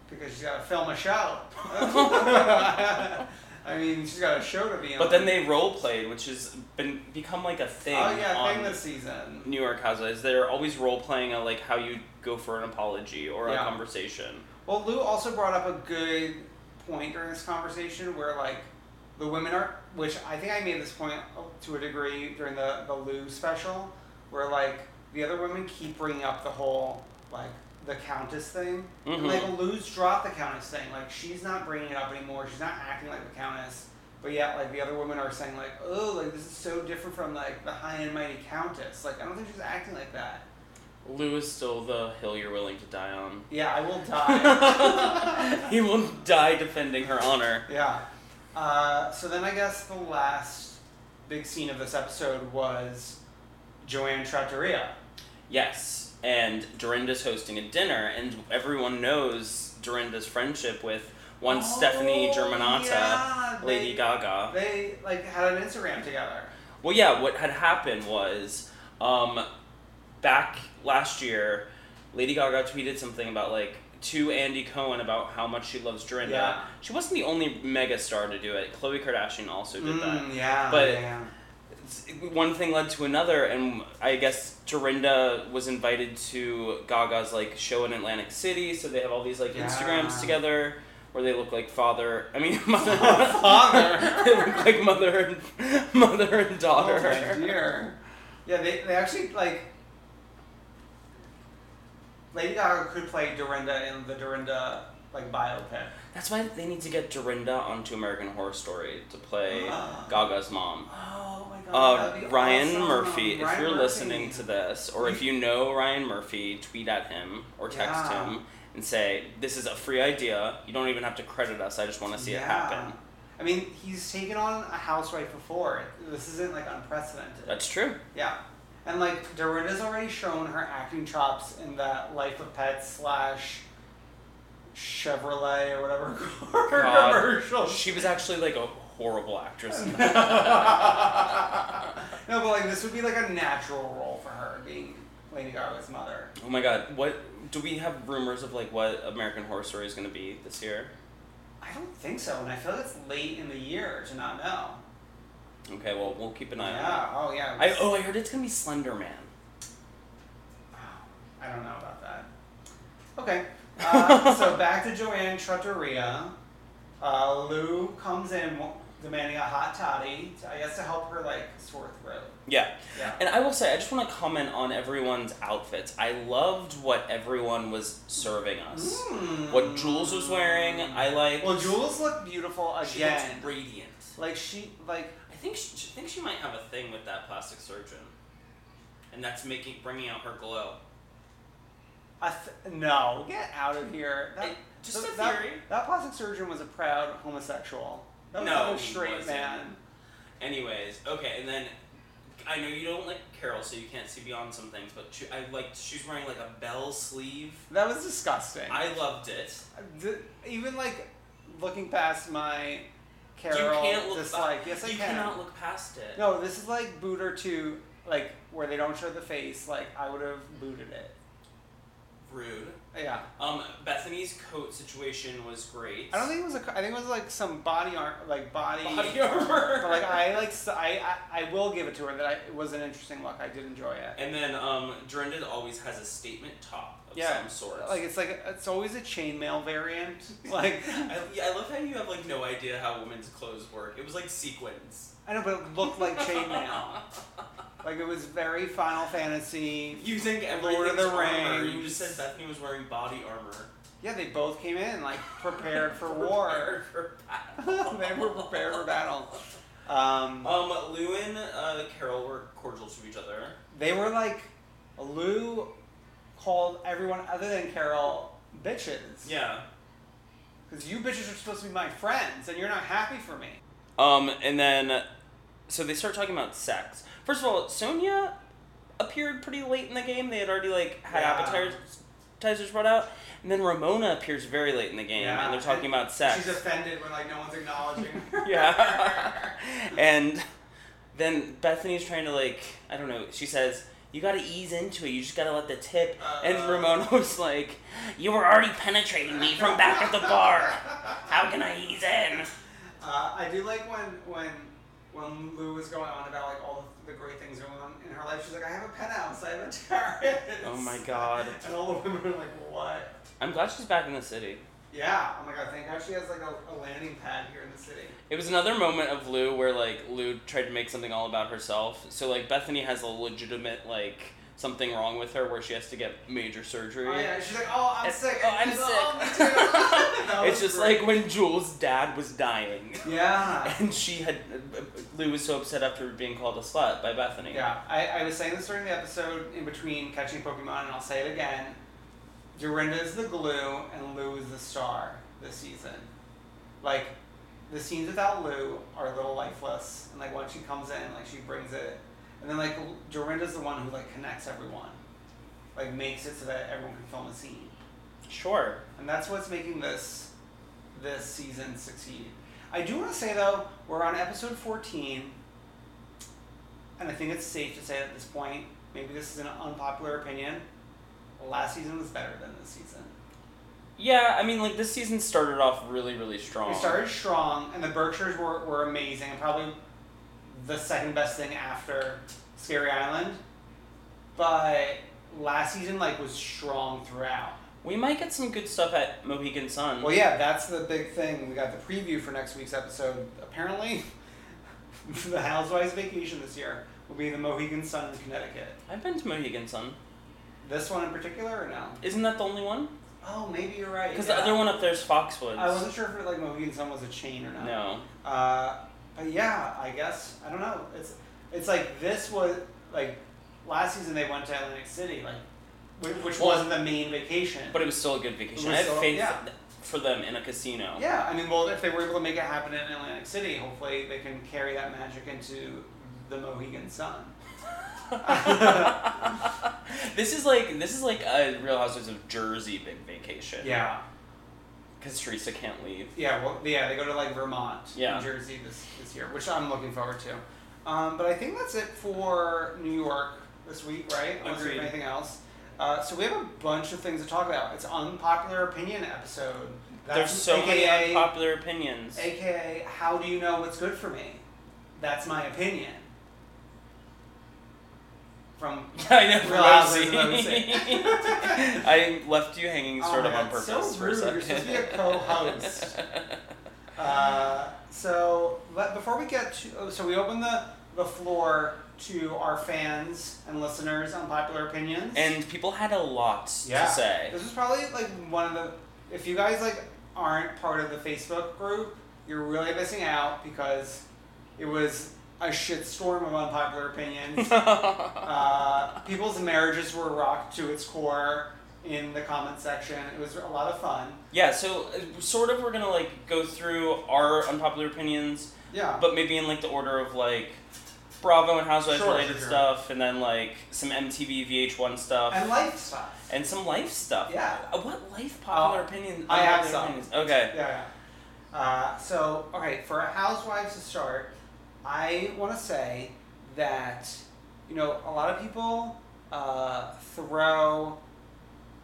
C: Because she's got to film a show. I mean, she's got a show to be on.
D: But then they role played, which has been become like a thing
C: Oh yeah,
D: on
C: thing this season.
D: New York Housewives. They're always role playing a like how you go for an apology or
C: Yeah.
D: a conversation.
C: Well, Lou also brought up a good point during this conversation where like the women are, which I think I made this point to a degree during the the Lou special, where like the other women keep bringing up the whole like the Countess thing. And, like Lou's dropped the Countess thing. Like she's not bringing it up anymore. She's not acting like the Countess. But yet, like the other women are saying, like, oh, like this is so different from like the high and mighty Countess. Like I don't think she's acting like that.
D: Lou is still the hill you're willing to die on.
C: Yeah, I will die.
D: He will die defending her honor.
C: Yeah. Uh, so then I guess the last big scene of this episode was Joanne Trattoria.
D: Yes, and Dorinda's hosting a dinner, and everyone knows Dorinda's friendship with one Stephanie
C: Oh,
D: Germanata,
C: yeah,
D: Lady
C: they-
D: Gaga.
C: They like had an Instagram together.
D: well, yeah, what had happened was um, back last year, Lady Gaga tweeted something about like to Andy Cohen about how much she loves Dorinda.
C: Yeah.
D: She wasn't the only mega star to do it. Khloe Kardashian also did that.
C: Mm, yeah.
D: But
C: yeah.
D: one thing led to another, and I guess Dorinda was invited to Gaga's like show in Atlantic City, so they have all these like Instagrams
C: Yeah.
D: together where they look like father. I mean, mother.
C: Father.
D: they look like mother and mother and daughter.
C: Oh my dear. Yeah, they, they actually like. Lady Gaga could play Dorinda in the Dorinda like biopic.
D: That's why they need to get Dorinda onto American Horror Story to play
C: Ah.
D: Gaga's mom.
C: Oh my god.
D: Uh,
C: that'd be
D: Ryan
C: awesome.
D: Murphy, if
C: Ryan
D: you're
C: Murphy.
D: listening to this, or if you know Ryan Murphy, tweet at him or text
C: Yeah.
D: him and say, This is a free idea. You don't even have to credit us. I just want to see it happen.
C: I mean, he's taken on a housewife before. This isn't like unprecedented.
D: That's true.
C: yeah. And like Dorinda's already shown her acting chops in that Life of Pets slash Chevrolet or whatever car
D: God,
C: commercial.
D: Uh, She was actually like a horrible actress in that.
C: no, but like this would be like a natural role for her being Lady Gaga's mother.
D: Oh my god, what do we have rumors of like what American Horror Story is going to be this year?
C: I don't think so, and I feel like it's late in the year to not know.
D: Okay, well, we'll keep an eye
C: Yeah.
D: on
C: Oh yeah.
D: it. I, oh, I heard it's going to be Slender Man.
C: I don't know about that. Okay. Uh, so back to Joanne Trattoria. Uh, Lou comes in wa- demanding a hot toddy, to, I guess to help her like sore throat.
D: Yeah.
C: Yeah.
D: And I will say, I just want to comment on everyone's outfits. I loved what everyone was serving us. What Jules was wearing, I like.
C: Mm. Well, Jules looked beautiful
D: she
C: again.
D: looks radiant.
C: like she like
D: I think she, I think she might have a thing with that plastic surgeon, and that's making bringing out her glow.
C: a th- no get out of here. That,
D: It- just
C: th-
D: a
C: that-
D: theory.
C: That, plastic surgeon was a proud homosexual. That was
D: No,
C: not a
D: he
C: straight
D: wasn't.
C: man.
D: Anyways, okay, and then I know you don't like Carol, so you can't see beyond some things, but she, I liked she's wearing like a bell sleeve.
C: That was disgusting.
D: I loved it.
C: D- even like looking past my Carol
D: you can't look
C: dislike.
D: pa-
C: yes, I
D: you
C: can.
D: cannot look past it.
C: No, this is like boot or two, like where they don't show the face. Like I would have booted it.
D: Rude.
C: Yeah,
D: Um, Bethany's coat situation was great.
C: I don't think it was a. co- I think it was like some body art, like body.
D: body armor.
C: but like I like s- I, I I will give it to her that I, it was an interesting look. I did enjoy it.
D: and then um, Dorinda always has a statement top of
C: yeah,
D: some sort.
C: like it's like it's always a chainmail variant. Like
D: I, yeah, I love how you have like no idea how women's clothes work. It was like sequins.
C: I know, but it looked like chainmail. like it was very Final Fantasy.
D: You think everything's
C: Lord of the
D: armor.
C: Rings.
D: You just said Bethany was wearing body armor.
C: Yeah, they both came in like prepared for war.
D: For battle.
C: they were prepared for battle. Um,
D: Um, Lou and uh, Carol were cordial to each other.
C: they were like Lou called everyone other than Carol bitches.
D: Yeah.
C: Because you bitches are supposed to be my friends, and you're not happy for me.
D: Um, and then, so they start talking about sex. First of all, Sonia appeared pretty late in the game. They had already like had
C: Yeah.
D: appetizers brought out, and then Ramona appears very late in the game, and they're talking about sex.
C: She's offended when like no one's acknowledging her.
D: yeah. and then Bethany's trying to like I don't know. She says. You gotta ease into it. You just gotta let the tip.
C: Uh.
D: and Ramona was like, "You were already penetrating me from back at the bar. How can I ease in?"
C: Uh, I do like when when when Lou was going on about like all the, the great things going on in her life. She's like, I have a penthouse, I have a terrace.
D: Oh my god!
C: And all the women are like, what?
D: I'm glad she's back in the city.
C: Yeah. Oh my god. Thank God she has like a, a landing pad here in the city.
D: It was another moment of Lou where like Lou tried to make something all about herself. So like Bethany has a legitimate like something wrong with her where she has to get major surgery.
C: Oh yeah. She's like, oh, I'm
D: It's-
C: sick.
D: oh, I'm
C: She's
D: sick.
C: Like, "Oh, me too." That was
D: It's just
C: great.
D: like when Jules' dad was dying,
C: Yeah.
D: and she had Lou was so upset after being called a slut by Bethany.
C: Yeah. I, I was saying this during the episode in between catching Pokemon, and I'll say it again. Dorinda is the glue, and Lou is the star this season. Like, the scenes without Lou are a little lifeless, and like when she comes in, like she brings it, and then like Dorinda's the one who like connects everyone, like makes it so that everyone can film a scene.
D: Sure.
C: and that's what's making this this season succeed. I do want to say though, we're on episode fourteen, and I think it's safe to say at this point, maybe this is an unpopular opinion. Last season was better than this season.
D: Yeah, I mean, like this season started off really, really strong.
C: We started strong, and the Berkshires were, were amazing. Probably the second best thing after Scary Island. But last season, like, was strong throughout.
D: We might get some good stuff at Mohegan Sun.
C: Well, yeah, that's the big thing. We got the preview for next week's episode. Apparently, the Housewives vacation this year will be the Mohegan Sun in Connecticut.
D: I've been to Mohegan Sun.
C: This one in particular, or no?
D: Isn't that the only one?
C: Oh, maybe you're right.
D: Because
C: yeah.
D: the other one up there is Foxwoods.
C: I wasn't sure if it, like Mohegan Sun was a chain or not.
D: No.
C: Uh, but yeah, I guess I don't know. It's it's like this was like last season they went to Atlantic City, like whi- which
D: Well,
C: wasn't the main vacation.
D: But it was still a good
C: It was
D: vacation. I have
C: still-
D: faith
C: yeah.
D: th- for them in a casino.
C: yeah, I mean, well, if they were able to make it happen in Atlantic City, hopefully they can carry that magic into the Mohegan Sun.
D: This is like this is like a Real Housewives of Jersey big vacation.
C: Yeah,
D: Because Teresa can't leave.
C: yeah, well, yeah. They go to like Vermont,
D: Yeah.
C: New Jersey this this year, which I'm looking forward to. Um, but I think that's it for New York this week, right? Unless we have
D: Agreed.
C: anything else. Uh, so we have a bunch of things to talk about. It's unpopular opinion episode.
D: There's so many unpopular opinions.
C: AKA, how do you know what's good for me? That's my opinion. From
D: I know.
C: Real Housewives of Rosie.
D: I left you hanging
C: Oh
D: sort
C: my
D: of on
C: God,
D: purpose
C: so
D: for
C: rude.
D: a 2nd
C: You're supposed to be a co-host. Uh, so let, before we get to oh, so we open the the floor to our fans and listeners on popular opinions
D: and people had a lot to say.
C: this is probably like one of the if you guys like aren't part of the facebook group you're really missing out because it was a shitstorm of unpopular opinions uh, people's marriages were rocked to its core in the comment section it was a lot of fun
D: Yeah, so uh, sort of we're gonna like go through our unpopular opinions,
C: yeah
D: but maybe in like the order of like Bravo and Housewives
C: Sure,
D: related
C: sure, sure.
D: stuff, and then like some MTV VH1 stuff,
C: and life stuff
D: and some life stuff.
C: Yeah.
D: Uh, what life popular
C: Uh,
D: opinion?
C: I have
D: unpopular
C: some.
D: opinions? Okay.
C: Yeah. yeah. Uh, so, okay, for housewives to start, I want to say that, you know, a lot of people uh, throw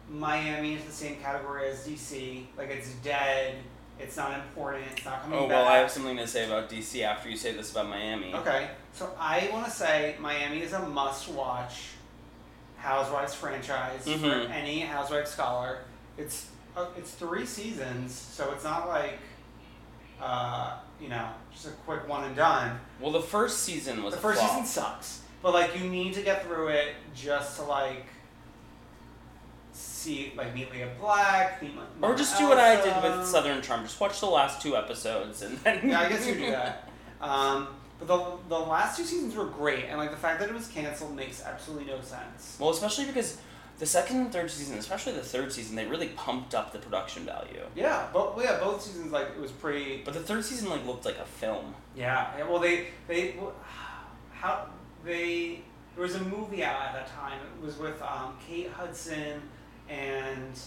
C: Miami into the same category as DC. Like, it's dead, it's not important, it's not coming
D: Oh
C: back.
D: well, I have something to say about DC after you say this about Miami.
C: Okay, so I want to say Miami is a must-watch Housewives franchise
D: Mhm.
C: for any Housewives scholar. It's uh, it's three seasons, so it's not like uh, you know just a quick one and done.
D: Well, the first season was
C: The
D: a
C: first
D: flop.
C: season sucks, but like you need to get through it just to like see like meet Leah Black, meet Ma-
D: Or just do what I did
C: Elsa.
D: with Southern Charm. Just watch the last two episodes and then.
C: yeah, I guess you do that. Um, but the, the last two seasons were great, and like the fact that it was canceled makes absolutely no sense.
D: Well, especially because the second and third season, especially the third season, they really pumped up the production value.
C: Yeah, but yeah, both seasons like it was pretty.
D: But the third season like looked like a film.
C: Yeah, yeah well, they they how they there was a movie out at that time. It was with um, Kate Hudson and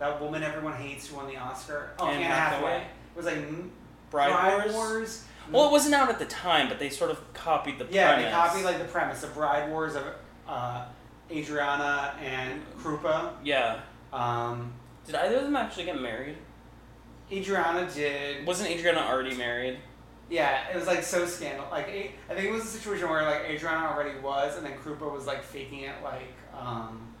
C: that woman everyone hates who won the Oscar. Oh,
D: Anne
C: Anne
D: Hathaway.
C: Hathaway. It was like m-
D: Bride Wars?
C: Wars.
D: Well, it wasn't out at the time, but they sort of copied the
C: Yeah,
D: premise.
C: they copied like the premise of Bride Wars of uh, Adriana and Krupa.
D: yeah.
C: Um,
D: Did either of them actually get married?
C: Adriana did.
D: Wasn't Adriana already married?
C: yeah, it was like so scandal. Like A- I think it was a situation where like Adriana already was, and then Krupa was like faking it, like um,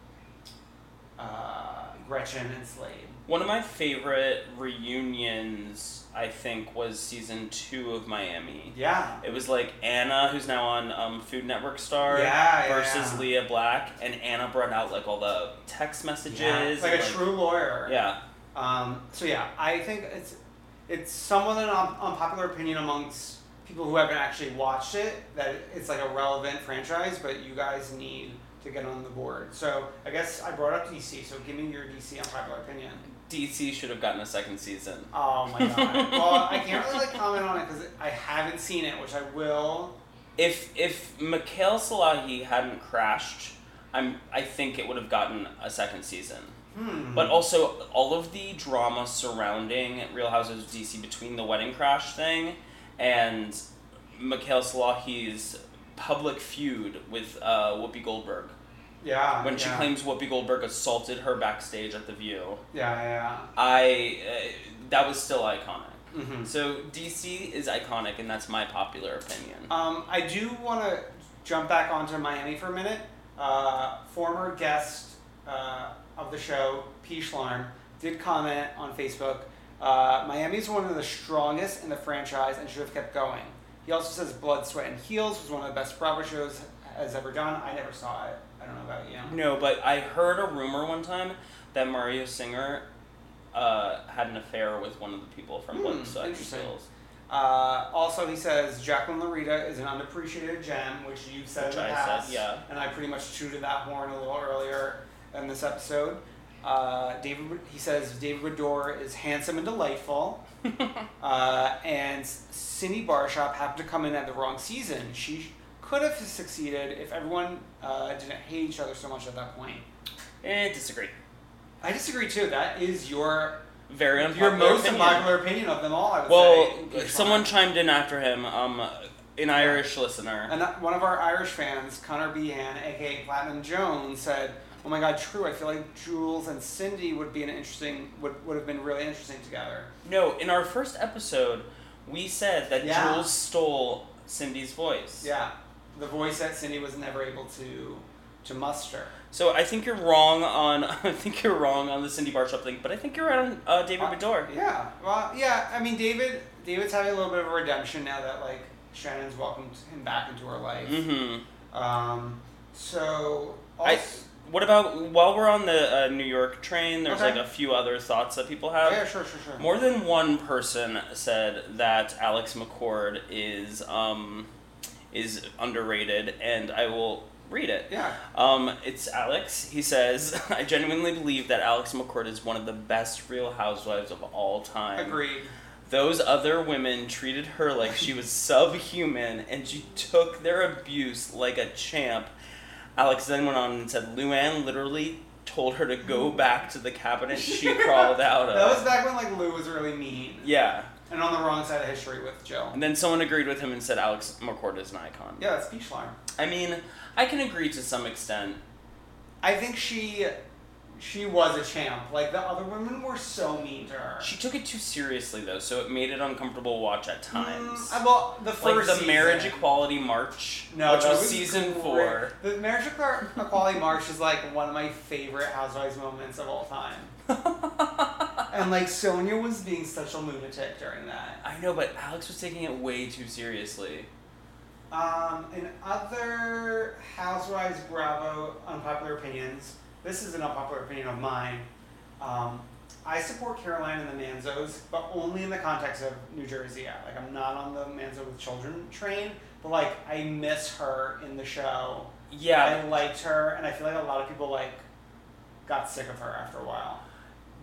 C: uh, Gretchen and Slade.
D: One of my favorite reunions, I think, was season two of Miami.
C: Yeah.
D: It was like Anna, who's now on um, Food Network Star,
C: Yeah, yeah,
D: versus
C: yeah.
D: Leah Black, and Anna brought out like all the text messages.
C: Yeah. It's like
D: and,
C: a true lawyer.
D: Yeah,
C: Um, so yeah, I think it's it's somewhat an un- unpopular opinion amongst people who haven't actually watched it that it's like a relevant franchise, but you guys need to get on the board. So I guess I brought up DC. So give me your DC unpopular opinion.
D: DC should have gotten a second season.
C: Oh my god. well, I can't really like comment on it because I haven't seen it, which I will.
D: If if Mikhail Salahi hadn't crashed, I'm I think it would have gotten a second season. But also all of the drama surrounding Real Houses of DC between the wedding crash thing and Mikhail Salahi's public feud with uh, Whoopi Goldberg.
C: Yeah.
D: when she
C: yeah.
D: claims Whoopi Goldberg assaulted her backstage at The View.
C: Yeah, yeah.
D: I uh, that was still iconic. So DC is iconic, and that's my popular opinion.
C: Um, I do want to jump back onto Miami for a minute. Uh, former guest uh, of the show, P. Schlarm, did comment on Facebook uh, Miami's one of the strongest in the franchise and should have kept going. He also says Blood, Sweat, and Heels was one of the best Bravo shows has ever done. I never saw it. I don't know about you.
D: no, but I heard a rumor one time that Mario Singer uh, had an affair with one of the people from Blood,
C: Hmm,
D: Sweat, and
C: interesting.
D: Heels,
C: Uh, also, he says Jacqueline Larita is an unappreciated gem, which you've said
D: Which
C: in the
D: I said,
C: past.
D: yeah.
C: And I pretty much chewed that horn a little earlier in this episode. Uh, David, he says David Rador is handsome and delightful. uh, and Cindy Barshop happened to come in at the wrong season. She could have succeeded if everyone uh, didn't hate each other so much at that point.
D: Eh, disagree.
C: I disagree too. That is your
D: Very unpopular.
C: your most
D: opinion.
C: unpopular opinion of them all. I would
D: Well,
C: say.
D: someone chimed in after him. Um, an Irish listener.
C: And that- one of our Irish fans, Connor Behan, aka Platinum Jones, said, "Oh my God, true. I feel like Jules and Cindy would be an interesting would would have been really interesting together."
D: No, in our first episode, we said that
C: Yeah.
D: Jules stole Cindy's voice.
C: Yeah, the voice that Cindy was never able to to muster.
D: So I think you're wrong on I think you're wrong on the Cindy Barshop thing, but I think you're right on uh, David Bador.
C: Yeah. Well, yeah. I mean, David David's having a little bit of a redemption now that like Shannon's welcomed him back into her life.
D: hmm
C: Um. So.
D: I,
C: also-
D: what about while we're on the uh, New York train? There's
C: Okay.
D: like a few other thoughts that people
C: oh,
D: have.
C: yeah. Sure. Sure. Sure.
D: More than one person said that Alex McCord is um, is underrated, and I will read it.
C: Yeah.
D: Um, it's Alex. He says, "I genuinely believe that Alex McCord is one of the best Real Housewives of all time.
C: Agreed.
D: Those other women treated her like she was subhuman, and she took their abuse like a champ." Alex then went on and said, "Luann literally." Told her to go back to the cabinet she crawled out of.
C: Hmm. That was back when like Lou was really mean.
D: Yeah.
C: And on the wrong side of history with Jill.
D: And then someone agreed with him and said Alex McCord is an icon.
C: Yeah, that's speech alarm.
D: I mean, I can agree to some extent.
C: I think she she was a champ. Like the other women were so mean to her.
D: She took it too seriously though, so it made it uncomfortable to watch at times.
C: Mm, well, the
D: like
C: first
D: the
C: season.
D: marriage equality march,
C: No,
D: which
C: that
D: was, season
C: great.
D: four.
C: The marriage Equal- equality march is like one of my favorite Housewives moments of all time. and like Sonia was being such a lunatic during that.
D: I know, but Alex was taking it way too seriously.
C: Um, in other Housewives Bravo unpopular opinions, this is an unpopular opinion of mine. Um, I support Caroline and the Manzos, but only in the context of New Jersey. I- Like, I'm not on the Manzo with Children train, but like, I miss her in the show. I
D: Yeah,
C: liked her, and I feel like a lot of people like got sick of her after a while.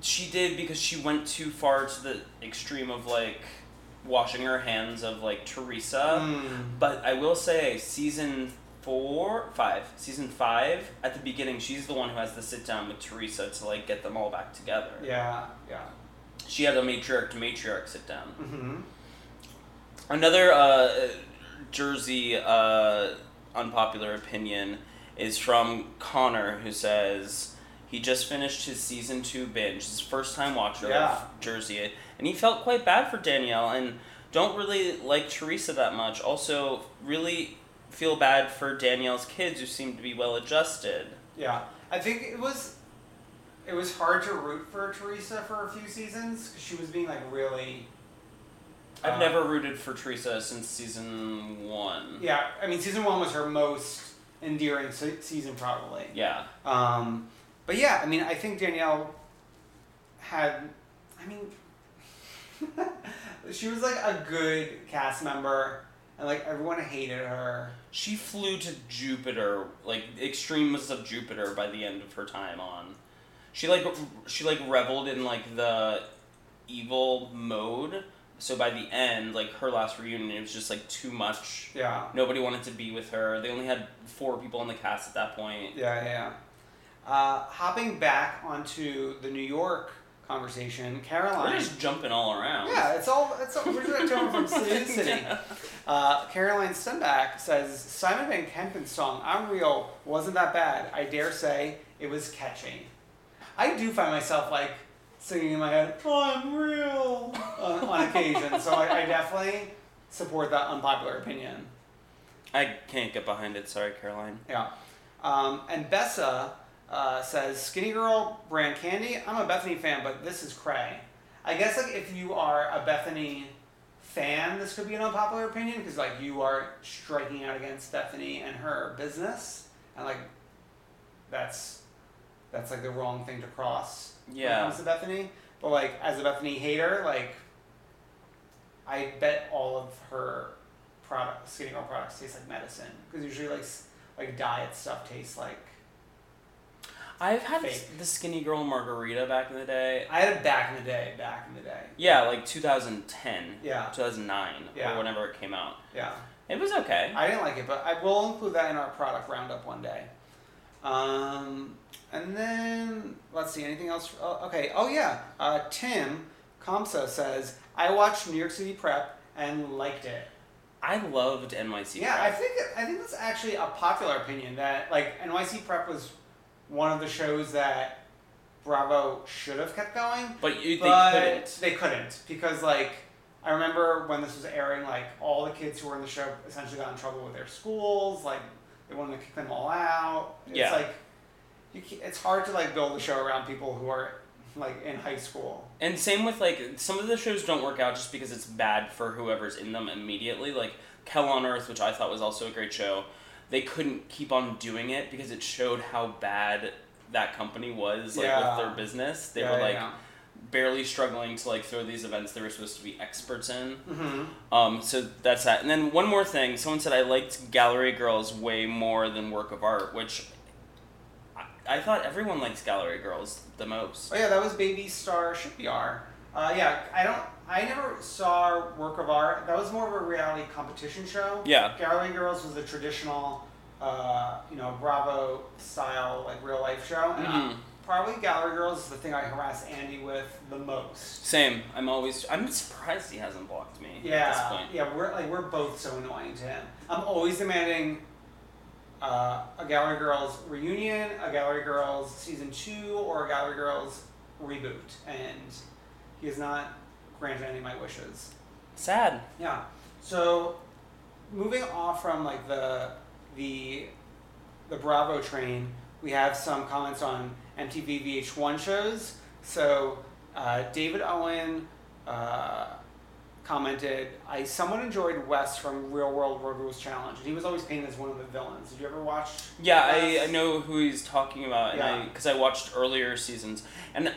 D: she did because she went too far to the extreme of like washing her hands of like Teresa.
C: Mm.
D: But I will say, season four, five, season five, at the beginning, she's the one who has to sit down with Teresa to like get them all back together.
C: Yeah, yeah.
D: She had a matriarch to matriarch sit down.
C: hmm
D: Another uh, Jersey uh, unpopular opinion is from Connor, who says he just finished his season two binge, his first time watcher
C: Yeah.
D: of Jersey, and he felt quite bad for Danielle and don't really like Teresa that much. Also, really feel bad for Danielle's kids, who seem to be well adjusted.
C: Yeah, I think it was it was hard to root for Teresa for a few seasons because she was being like really.
D: I've
C: uh,
D: never rooted for Teresa since season one.
C: Yeah, I mean, season one was her most endearing se- season probably.
D: Yeah.
C: Um, but yeah, I mean, I think Danielle had, I mean, she was like a good cast member, and like everyone hated her.
D: She flew to Jupiter, like extremists of Jupiter, by the end of her time on. She like r- she like reveled in like the evil mode. So by the end, like her last reunion, it was just like too much.
C: Yeah.
D: Nobody wanted to be with her. They only had four people in the cast at that point.
C: Yeah, yeah. Uh, hopping back onto the New York conversation,
D: We're
C: Caroline.
D: just jumping all around.
C: Yeah, it's all it's all, we're just going from city to city. Uh, Caroline Stumback says Simon Van Kempen's song "I'm Real" wasn't that bad. I dare say it was catching. I do find myself like singing in my head "I'm Real" on, on occasion, so I, I definitely support that unpopular opinion.
D: I can't get behind it. Sorry, Caroline.
C: Yeah. Um, and Bessa uh, says, Skinny Girl, brand candy. I'm a Bethany fan, but this is cray. I guess like if you are a Bethany fan, this could be an unpopular opinion because like you are striking out against Bethany and her business, and like that's that's like the wrong thing to cross
D: Yeah.
C: when it comes to Bethany. But like as a Bethany hater, like I bet all of her product, skinny girl products taste like medicine because usually like s- like diet stuff tastes like.
D: I've had
C: Fake.
D: the skinny girl margarita back in the day.
C: I had it back in the day. Back in the day.
D: Yeah, like 2010.
C: Yeah.
D: 2009
C: Yeah.
D: or whenever it came out.
C: Yeah,
D: It was okay.
C: I didn't like it, but I will include that in our product roundup one day. Um, and then let's see anything else. Oh, okay. Oh yeah. Uh, Tim Comsa says I watched New York City Prep and liked it.
D: I loved NYC.
C: Yeah, I
D: Prep.
C: think I think that's actually a popular opinion that like NYC Prep was one of the shows that Bravo should have kept going,
D: But you, they
C: but
D: couldn't.
C: they couldn't because like I remember when this was airing, like all the kids who were in the show essentially got in trouble with their schools, like they wanted to kick them all out. It's
D: Yeah.
C: like you ca it's hard to like build a show around people who are like in high school.
D: And same with like some of the shows don't work out just because it's bad for whoever's in them immediately. Like Hell on Earth, which I thought was also a great show, they couldn't keep on doing it because it showed how bad that company was like
C: Yeah.
D: with their business. They
C: Yeah,
D: were
C: yeah,
D: like
C: yeah.
D: barely struggling to like throw these events they were supposed to be experts in. Um, so that's that. And then one more thing, someone said I liked Gallery Girls way more than Work of Art, which I, I thought everyone likes Gallery Girls the most.
C: Oh yeah, that was Baby Star Shipyard. Uh, yeah, I don't. I never saw work of art. That was more of a reality competition show.
D: Yeah.
C: Gallery Girls was a traditional, uh, you know, Bravo style like real life show, and I- probably Gallery Girls is the thing I harass Andy with the most.
D: Same. I'm always. I'm surprised he hasn't blocked me.
C: Yeah,
D: At this point.
C: yeah, we're like we're both so annoying to him. I'm always demanding uh, a Gallery Girls reunion, a Gallery Girls season two, or a Gallery Girls reboot, and he has not granted any of my wishes.
D: Sad.
C: Yeah. So, moving off from like the the the Bravo train, we have some comments on MTV VH1 shows. So, uh, David Owen uh, commented, "I somewhat enjoyed Wes from Real World Road Rules Challenge, and he was always painted as one of the villains. Did you ever watch?
D: Yeah,
C: Wes?
D: I, I know who he's talking about, and
C: Yeah.
D: because I, watched earlier seasons, and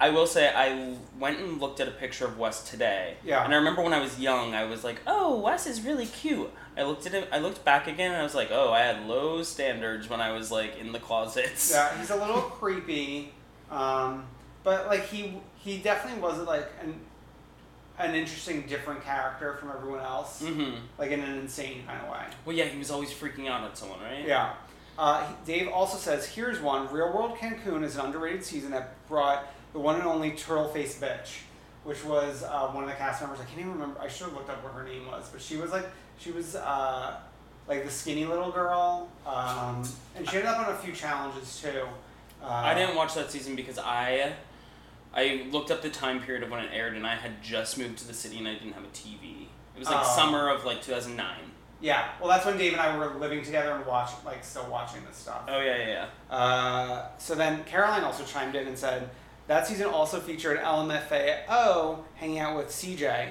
D: I will say I went and looked at a picture of Wes today.
C: Yeah.
D: And I remember when I was young, I was like, "Oh, Wes is really cute." I looked at him. I looked back again, and I was like, "Oh, I had low standards when I was like in the closets."
C: Yeah, he's a little creepy, um, but like he he definitely was like an an interesting, different character from everyone else,
D: Mhm.
C: like in an insane kind of way.
D: Well, yeah, he was always freaking out at someone, right?
C: Yeah. Uh, he- Dave also says, "Here's one: Real World Cancun is an underrated season that brought the one and only Turtle Face Bitch, which was uh, one of the cast members. I can't even remember. I should have looked up what her name was, but she was like she was uh, like the skinny little girl, um, and she ended up on a few challenges too. Uh,
D: I didn't watch that season because I I looked up the time period of when it aired and I had just moved to the city and I didn't have a TV. It was like
C: Oh.
D: summer of like 2009.
C: Yeah, well, that's when Dave and I were living together and watch, like, still watching this stuff.
D: Oh yeah, yeah, yeah.
C: Uh, so then Caroline also chimed in and said that season also featured LMFAO hanging out with CJ,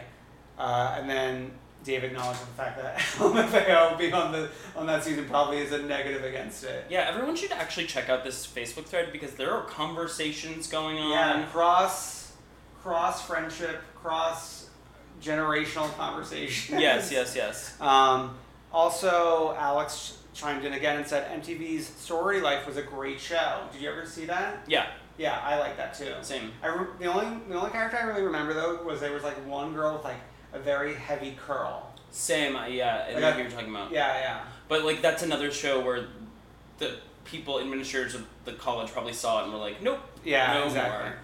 C: uh, and then Dave acknowledged the fact that LMFAO being on the on that season probably is a negative against it.
D: Yeah, everyone should actually check out this Facebook thread because there are conversations going on.
C: Yeah, cross cross friendship, cross generational conversation.
D: Yes, yes, yes.
C: Um, also, Alex chimed in again and said MTV's Story Life was a great show. Did you ever see that?
D: Yeah.
C: Yeah, I like that too.
D: Same.
C: I re- the only the only character I really remember though was there was like one girl with like a very heavy curl.
D: Same. I, yeah, I know
C: Like,
D: who you're talking about.
C: Yeah, yeah.
D: But like that's another show where the people administrators of the college probably saw it and were like, nope.
C: Yeah,
D: no
C: exactly.
D: more.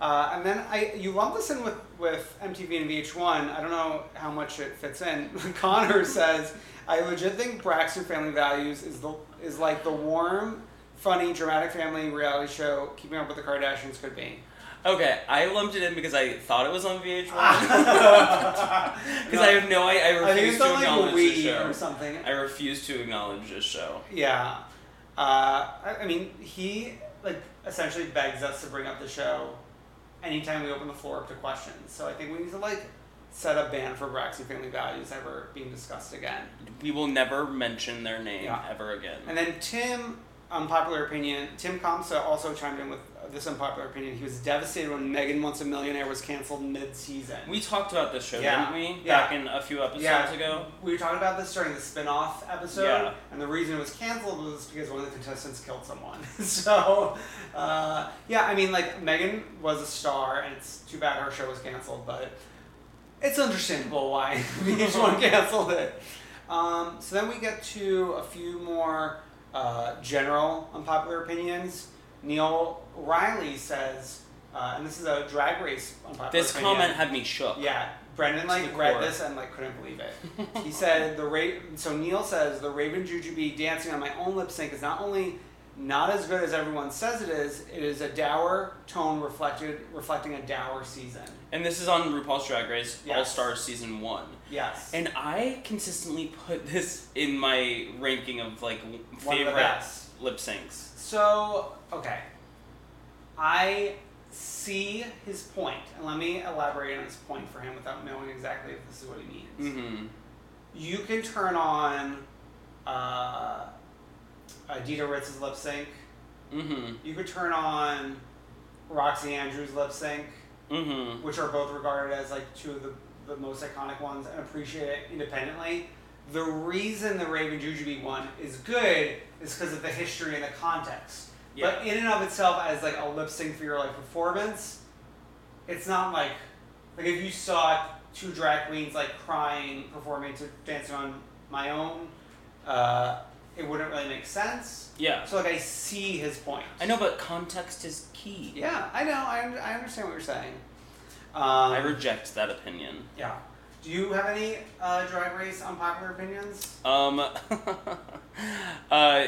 C: Uh, and then I, you lump this in with, with MTV and VH1. I don't know how much it fits in. Connor says, I legit think Braxton Family Values is the is like the warm, funny, dramatic family reality show Keeping Up with the Kardashians could be.
D: Okay, I lumped it in because I thought it was on VH1. Because I have no, I, I
C: I think
D: refuse
C: it's
D: to
C: on
D: acknowledge
C: like
D: this
C: Wii
D: show.
C: or something.
D: I refuse to acknowledge this show.
C: Yeah. Uh, I, I mean, he like essentially begs us to bring up the show anytime we open the floor up to questions. So I think we need to like set a ban for Braxton Family Values ever being discussed again.
D: We will never mention their name
C: Yeah.
D: ever again.
C: And then Tim, unpopular opinion. Tim Comsa also chimed in with this unpopular opinion. He was devastated when Megan Wants a Millionaire was canceled mid-season.
D: we talked about this show,
C: Yeah.
D: didn't we?
C: Yeah.
D: Back in a few episodes
C: yeah,
D: ago.
C: we were talking about this during the spin-off episode,
D: Yeah.
C: and the reason it was canceled was because one of the contestants killed someone. so, uh, yeah, I mean, like Megan was a star, and it's too bad her show was canceled, but it's understandable why VH1 canceled it. Um, so then we get to a few more uh, general unpopular opinions. Neil Riley says, uh, and this is a drag race unpopular
D: This
C: opinion.
D: comment had me shook.
C: Yeah, Brendan like
D: the
C: read
D: core.
C: this and like couldn't believe it. he said the Ra- so Neil says the Raven Jujubee dancing on my own lip sync is not only not as good as everyone says it is, it is a dour tone reflected reflecting a dour season.
D: And this is on RuPaul's Drag Race
C: Yes.
D: All Stars Season 1.
C: Yes.
D: And I consistently put this in my ranking of like
C: One of the
D: favorite
C: best.
D: lip syncs.
C: so okay. I see his point, and let me elaborate on his point for him without knowing exactly if this is what he means.
D: Mm-hmm.
C: you can turn on uh, Adita Ritz's lip sync.
D: Mm-hmm.
C: You could turn on Roxy Andrews' lip sync,
D: Mm-hmm.
C: which are both regarded as like two of the, the most iconic ones, and appreciate it independently. The reason the Raven Jujubee one is good is because of the history and the context.
D: Yeah.
C: But in and of itself, as like a lip sync for your life performance, it's not like like if you saw two drag queens like crying performing to dancing on my own, uh, it wouldn't really make sense.
D: Yeah.
C: So like I see his point.
D: I know, but context is key.
C: Yeah, I know. I, un- I understand what you're saying. Um,
D: I reject that opinion.
C: yeah. Do you have any uh, drag race unpopular opinions?
D: Um, uh,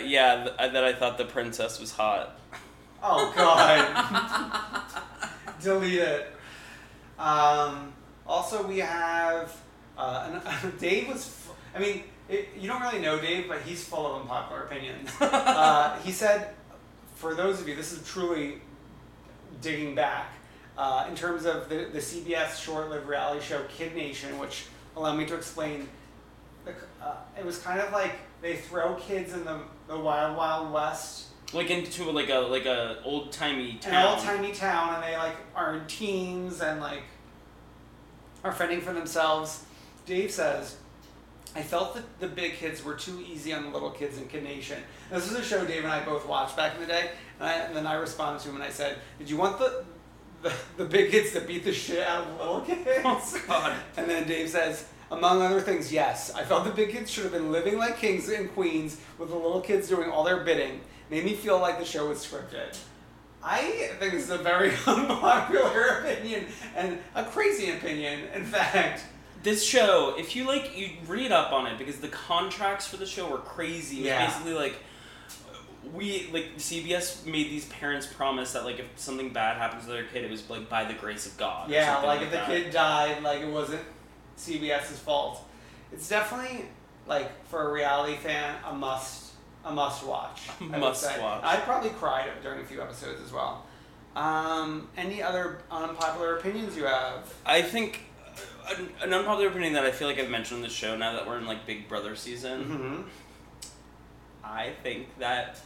D: yeah, th- uh, that I thought the princess was hot.
C: Oh God. Delete it. Um, also, we have uh, an, Dave was. F- I mean, it, you don't really know Dave, but he's full of unpopular opinions. uh, he said, for those of you, this is truly digging back uh, in terms of the, the CBS short-lived reality show Kid Nation, which allowed me to explain. The, c- uh, it was kind of like they throw kids in the, the wild wild west
D: Like into like a like a old timey town.
C: an old tiny town, and they like are in teams and like are fending for themselves. Dave says, "I felt that the big kids were too easy on the little kids in Kid Nation." This is a show Dave and I both watched back in the day, and, I, and then I responded to him and I said, "Did you want the?" The, the big kids to beat the shit out of little kids.
D: God.
C: And then Dave says, among other things, yes, I felt the big kids should have been living like kings and queens with the little kids doing all their bidding. Made me feel like the show was scripted. I think this is a very unpopular opinion and a crazy opinion, in fact.
D: This show, if you like, you read up on it because the contracts for the show were crazy. It was
C: Yeah.
D: basically like we like CBS made these parents promise that like if something bad happens to their kid, it was like by the grace of God. or
C: Yeah,
D: something
C: like if the
D: that.
C: kid died, like it wasn't CBS's fault. It's definitely like for a reality fan, a must, a must watch. I would
D: Must
C: say.
D: watch.
C: I probably cried during a few episodes as well. Um, any other unpopular opinions you have?
D: I think uh, an, an unpopular opinion that I feel like I've mentioned on the show now that we're in like Big Brother season.
C: Mm-hmm.
D: I think that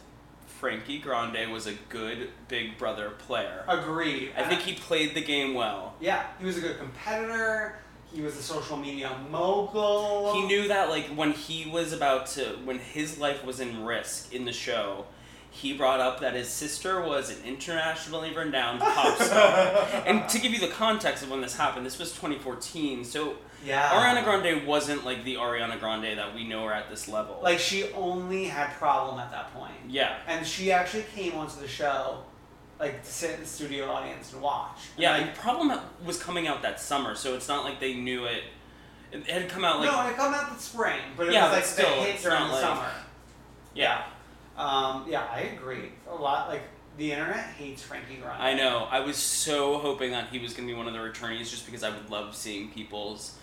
D: Frankie Grande was a good Big Brother player.
C: Agreed.
D: I think he played the game well.
C: Yeah, he was a good competitor. He was a social media mogul.
D: He knew that like when he was about to when his life was in risk in the show, he brought up that his sister was an internationally renowned pop star. and to give you the context of when this happened, this was 2014, so
C: Yeah.
D: Ariana Grande wasn't like the Ariana Grande that we know her at this level.
C: Like she only had problem at that point.
D: yeah.
C: And she actually came onto the show like to sit in the studio audience and watch. And,
D: Yeah,
C: like,
D: and Problem was coming out that summer, so it's not like they knew it. It had come out like
C: no, it come out the spring, but it
D: Yeah,
C: was
D: but
C: like
D: still,
C: the hit
D: it's
C: during
D: not
C: the
D: like-
C: summer.
D: yeah.
C: Um, yeah, I agree. A lot like the internet hates Frankie Grande.
D: I know. I was so hoping that he was going to be one of the returnees, just because I would love seeing people's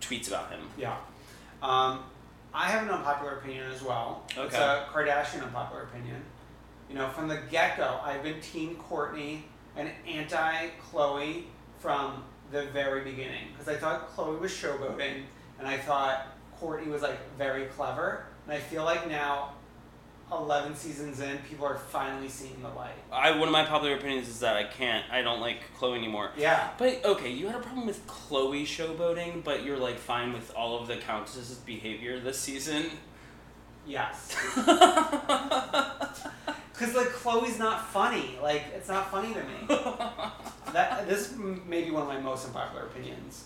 D: tweets about him.
C: Yeah. Um, I have an unpopular opinion as well. It's
D: Okay.
C: a Kardashian unpopular opinion. You know, from the get go, I've been Team Courtney and anti Chloe from the very beginning because I thought Chloe was showboating and I thought Courtney was like very clever. And I feel like now, 11 seasons in, people are finally seeing the light.
D: I one of my popular opinions is that I can't. I don't like Chloe anymore.
C: Yeah.
D: But okay, you had a problem with Chloe showboating, but you're like fine with all of the Countess's behavior this season.
C: Yes. Because like Chloe's not funny. Like it's not funny to me. that this m- may be one of my most unpopular opinions.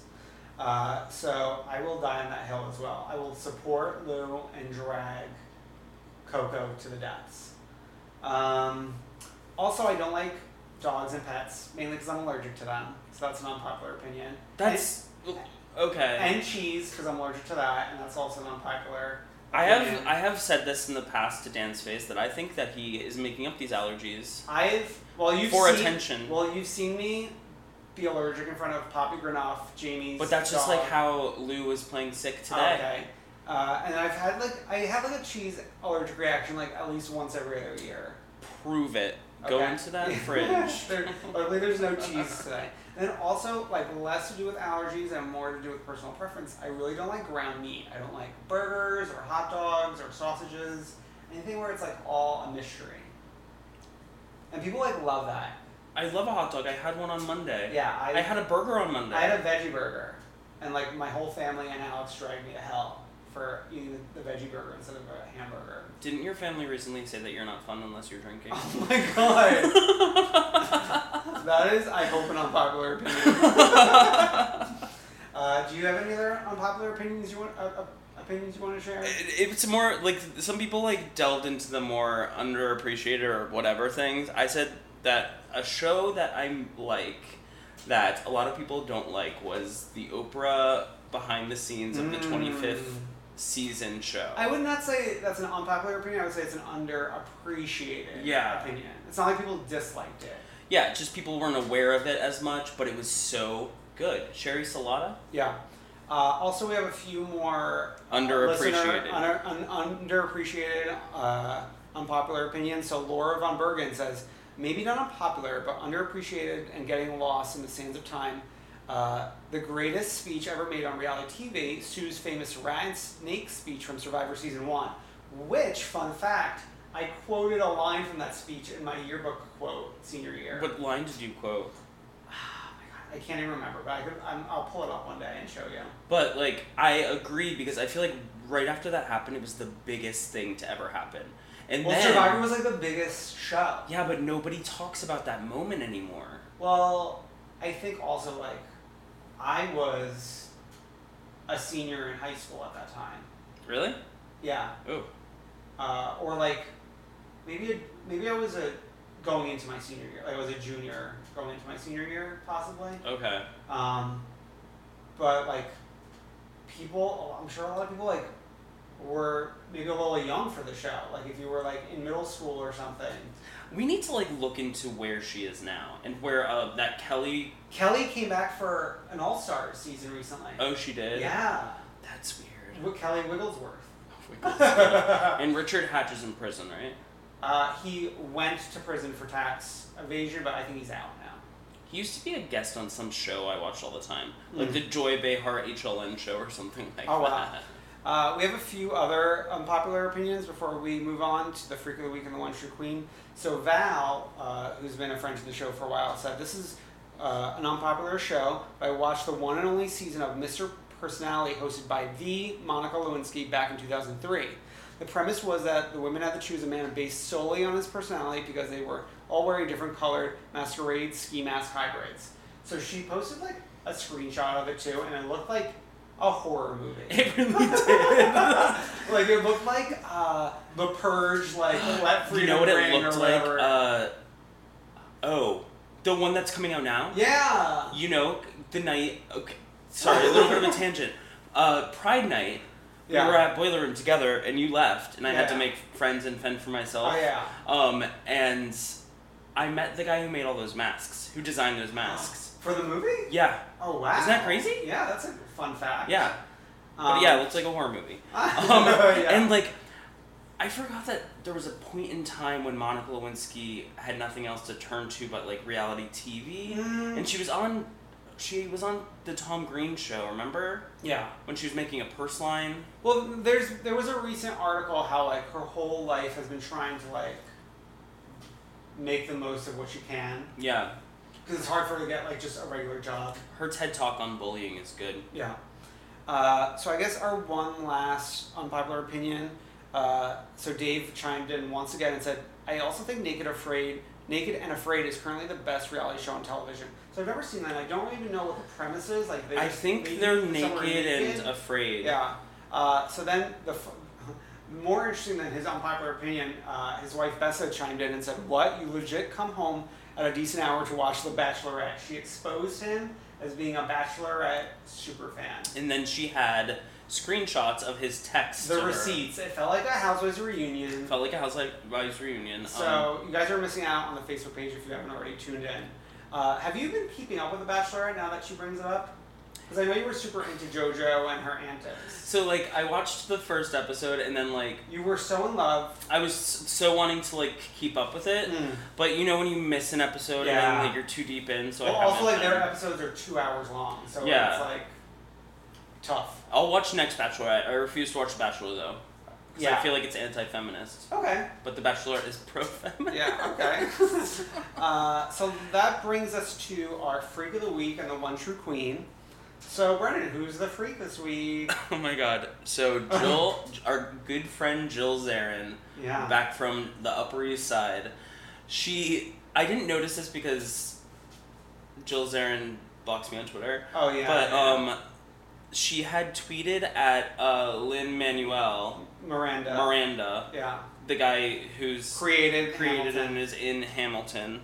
C: Uh, so I will die on that hill as well. I will support Lou and drag Coco to the depths. Um, also, I don't like dogs and pets mainly because I'm allergic to them. So that's an unpopular opinion.
D: That's okay.
C: and, and cheese because I'm allergic to that, and that's also an unpopular.
D: I have
C: opinion.
D: I have said this in the past to Dan's face that I think that he is making up these allergies.
C: I've well you've
D: For
C: seen,
D: attention.
C: Well, you've seen me be allergic in front of Poppy Granoff, Jamie's.
D: But that's just
C: dog.
D: like how Lou was playing sick
C: Oh,
D: today.
C: Okay. Uh, and I've had like I have like a cheese allergic reaction like at least once every other year.
D: Prove it. Go
C: Okay.
D: into that fridge.
C: there, luckily, there's no cheese today. And then also like less to do with allergies and more to do with personal preference. I really don't like ground meat. I don't like burgers or hot dogs or sausages. Anything where it's like all a mystery. And people like love that.
D: I love a hot dog. I had one on Monday.
C: Yeah, I-
D: I, had a burger on Monday.
C: I had a veggie burger, and like my whole family and Alex dragged me to hell for eating the veggie burger instead of a hamburger.
D: Didn't your family recently say that you're not fun unless you're drinking?
C: Oh my god! that is, I hope, an unpopular opinion. uh, do you have any other unpopular opinions you want? Uh, uh, opinions you want to share?
D: It- It's more like some people like delved into the more underappreciated or whatever things. I said that a show that I like that a lot of people don't like was the Oprah behind the scenes of the 25th season show.
C: Mm. I would not say that's an unpopular opinion. I would say it's an underappreciated
D: Yeah.
C: opinion. It's not like people disliked it.
D: yeah, just people weren't aware of it as much, but it was so good. Sherry Salata?
C: Yeah. Uh, also, we have a few more
D: Underappreciated.
C: listener- under, un, underappreciated, uh, unpopular opinions. So Laura von Bergen says maybe not unpopular, but underappreciated and getting lost in the sands of time. Uh, the greatest speech ever made on reality TV, Sue's famous rat and snake speech from Survivor season one. Which, fun fact, I quoted a line from that speech in my yearbook quote senior year.
D: What line did you quote?
C: I can't even remember, but I could, I'm, I'll pull it up one day and show you.
D: But like I agree because I feel like right after that happened it was the biggest thing to ever happen. And
C: Well,
D: then
C: Survivor was like the biggest show.
D: Yeah, but nobody talks about that moment anymore.
C: Well, I think also like I was a senior in high school at that time.
D: Really?
C: Yeah.
D: Oh.
C: Uh, or like maybe a, maybe I was a going into my senior year. Like I was a junior going into my senior year possibly.
D: Okay.
C: Um, but like people, I'm sure a lot of people like were maybe a little young for the show. Like if you were like in middle school or something.
D: We need to like look into where she is now and where uh that Kelly
C: Kelly came back for an All Star season recently.
D: Oh she did?
C: yeah,
D: That's weird.
C: with Kelly Wigglesworth.
D: and Richard Hatch is in prison, right?
C: Uh, he went to prison for tax evasion, but I think he's out now.
D: He used to be a guest on some show I watched all the time. Like the Joy Behar HLN show or something like
C: Oh wow.
D: that.
C: Uh, we have a few other unpopular opinions before we move on to the Freak of the Week and the One True Queen. So Val, uh, who's been a friend to the show for a while, said this is uh, an unpopular show. But I watched the one and only season of Mr. Personality hosted by the Monica Lewinsky back in 2003. The premise was that the women had to choose a man based solely on his personality because they were all wearing different colored masquerade ski mask hybrids. So she posted like a screenshot of it too, and it looked like a horror movie. It really did. like it looked like uh, The Purge, like Let
D: You
C: Freedom
D: know what it
C: Ring or
D: looked like?
C: whatever.
D: Uh, Oh, the one that's coming out now?
C: Yeah.
D: You know, the night. Okay, sorry, a little bit of a tangent. Uh, Pride night.
C: Yeah.
D: We were at Boiler Room together, and you left, and I had to
C: Yeah.
D: make friends and fend for myself.
C: Oh, yeah.
D: Um, and I met the guy who made all those masks, who designed those masks.
C: For the movie?
D: Yeah.
C: Oh wow.
D: Isn't that crazy?
C: Yeah, that's a fun fact.
D: Yeah.
C: Um,
D: but yeah, it looks like a horror movie. Um,
C: Yeah.
D: And like, I forgot that there was a point in time when Monica Lewinsky had nothing else to turn to but like reality TV,
C: Mm.
D: and she was on, she was on the Tom Green show. Remember
C: Yeah.
D: when she was making a purse line?
C: Well, there's there was a recent article how like her whole life has been trying to like make the most of what she can
D: Yeah,
C: because it's hard for her to get like just a regular job.
D: her TED talk on bullying is good.
C: Yeah. Uh, so I guess our one last unpopular opinion. Uh, so Dave chimed in once again and said, "I also think Naked Afraid, Naked and Afraid is currently the best reality show on television." So I've never seen that. I don't even know what the premise is. Like they
D: I
C: just
D: think
C: leave
D: they're
C: somewhere
D: naked and
C: naked.
D: afraid.
C: Yeah. Uh, so then the. F- more interesting than his unpopular opinion, uh, his wife Bessa chimed in and said, "What? You legit come home at a decent hour to watch The Bachelorette?" She exposed him as being a Bachelorette super fan.
D: And then she had screenshots of his texts. to
C: The
D: her.
C: receipts. It felt like a Housewives reunion.
D: Felt like a housewives reunion. um,
C: So you guys are missing out on the Facebook page if you haven't already tuned in. Uh, have you been keeping up with The Bachelorette now that she brings it up? Because I know you were super into JoJo and her antics.
D: so like I watched the first episode and then like
C: You were so in love.
D: I was s- so wanting to like keep up with it, but you know when you miss an episode and
C: Hmm. Yeah.
D: then like you're too deep in, so
C: Well,
D: I haven't.
C: also, like their
D: been.
C: episodes are two hours long, so
D: Yeah.
C: it's like tough.
D: I'll watch next Bachelorette. I refuse to watch The Bachelor though, 'cause I
C: Yeah.
D: feel like it's anti-feminist.
C: Okay.
D: But The Bachelor is pro-feminist.
C: Yeah. Okay. uh, so that brings us to our freak of the week and the one true queen. So Brennan, who's the freak this week?
D: Oh my god! So Jill, our good friend Jill Zarin,
C: Yeah.
D: back from the Upper East Side, she I didn't notice this because Jill Zarin blocks me on Twitter.
C: Oh, yeah,
D: But
C: yeah.
D: um, she had tweeted at uh, Lin Manuel
C: Miranda.
D: Miranda,
C: Yeah.
D: the guy who's
C: Created.
D: created
C: Hamilton.
D: and is in Hamilton,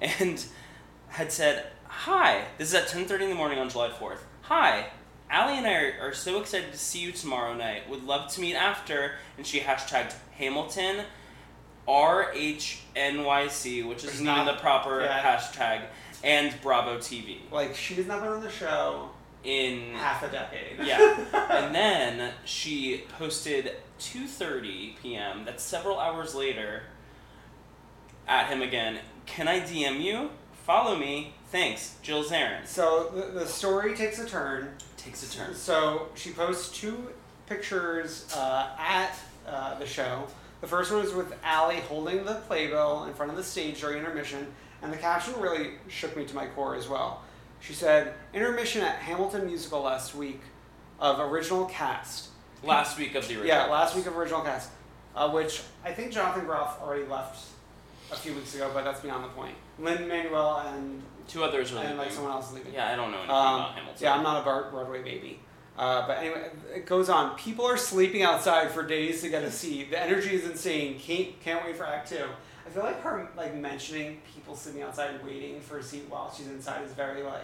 D: and had said, "Hi, this is at ten thirty in the morning on July fourth. Hi, Allie and I are, are so excited to see you tomorrow night. Would love to meet after." And she hashtagged Hamilton, R H N Y C, which is
C: It's
D: not,
C: not-
D: the proper
C: yeah.
D: hashtag, and Bravo TV
C: Like she's not been on the show
D: in
C: half a decade.
D: Mm. yeah. And then she posted 2:30 p.m. That's several hours later. At him again. Can I DM you? Follow me. Thanks, Jill Zarin.
C: So the, the story takes a turn.
D: Takes a turn.
C: So she posts two pictures uh, at uh, the show. The first one was with Allie holding the playbill in front of the stage during intermission, and the caption really shook me to my core as well. She said, "Intermission at Hamilton Musical last week of original cast."
D: Last week of the original.
C: Yeah, last week of original cast, uh, which I think Jonathan Groff already left a few weeks ago, but that's beyond the point. Lynn Manuel and
D: Two others really.
C: and like someone else is leaving.
D: Yeah, I don't know anything
C: Um,
D: about Hamilton.
C: yeah, I'm not a Bar- Broadway baby. Uh, but anyway, it goes on. People are sleeping outside for days to get a seat. The energy is insane. Can't can't wait for Act Two. I feel like her like mentioning people sleeping outside and waiting for a seat while she's inside is very like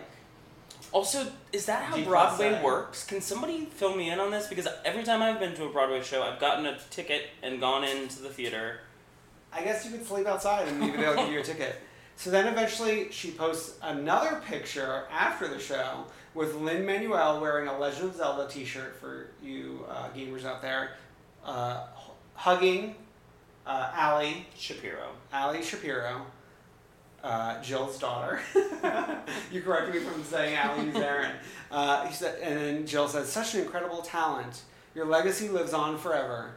D: Also, is that how
C: Deep
D: Broadway
C: outside.
D: works? Can somebody fill me in on this? Because every time I've been to a Broadway show, I've gotten a ticket and gone into the theater.
C: I guess you could sleep outside and maybe they'll give you a ticket. So then eventually she posts another picture after the show with Lynn Manuel wearing a Legend of Zelda t shirt for you uh, gamers out there, uh, h- hugging uh, Allie,
D: Shapiro.
C: Allie Shapiro, uh, Jill's daughter. you corrected me from saying Allie was Aaron. Uh, he said, and then Jill says, Such an incredible talent. Your legacy lives on forever.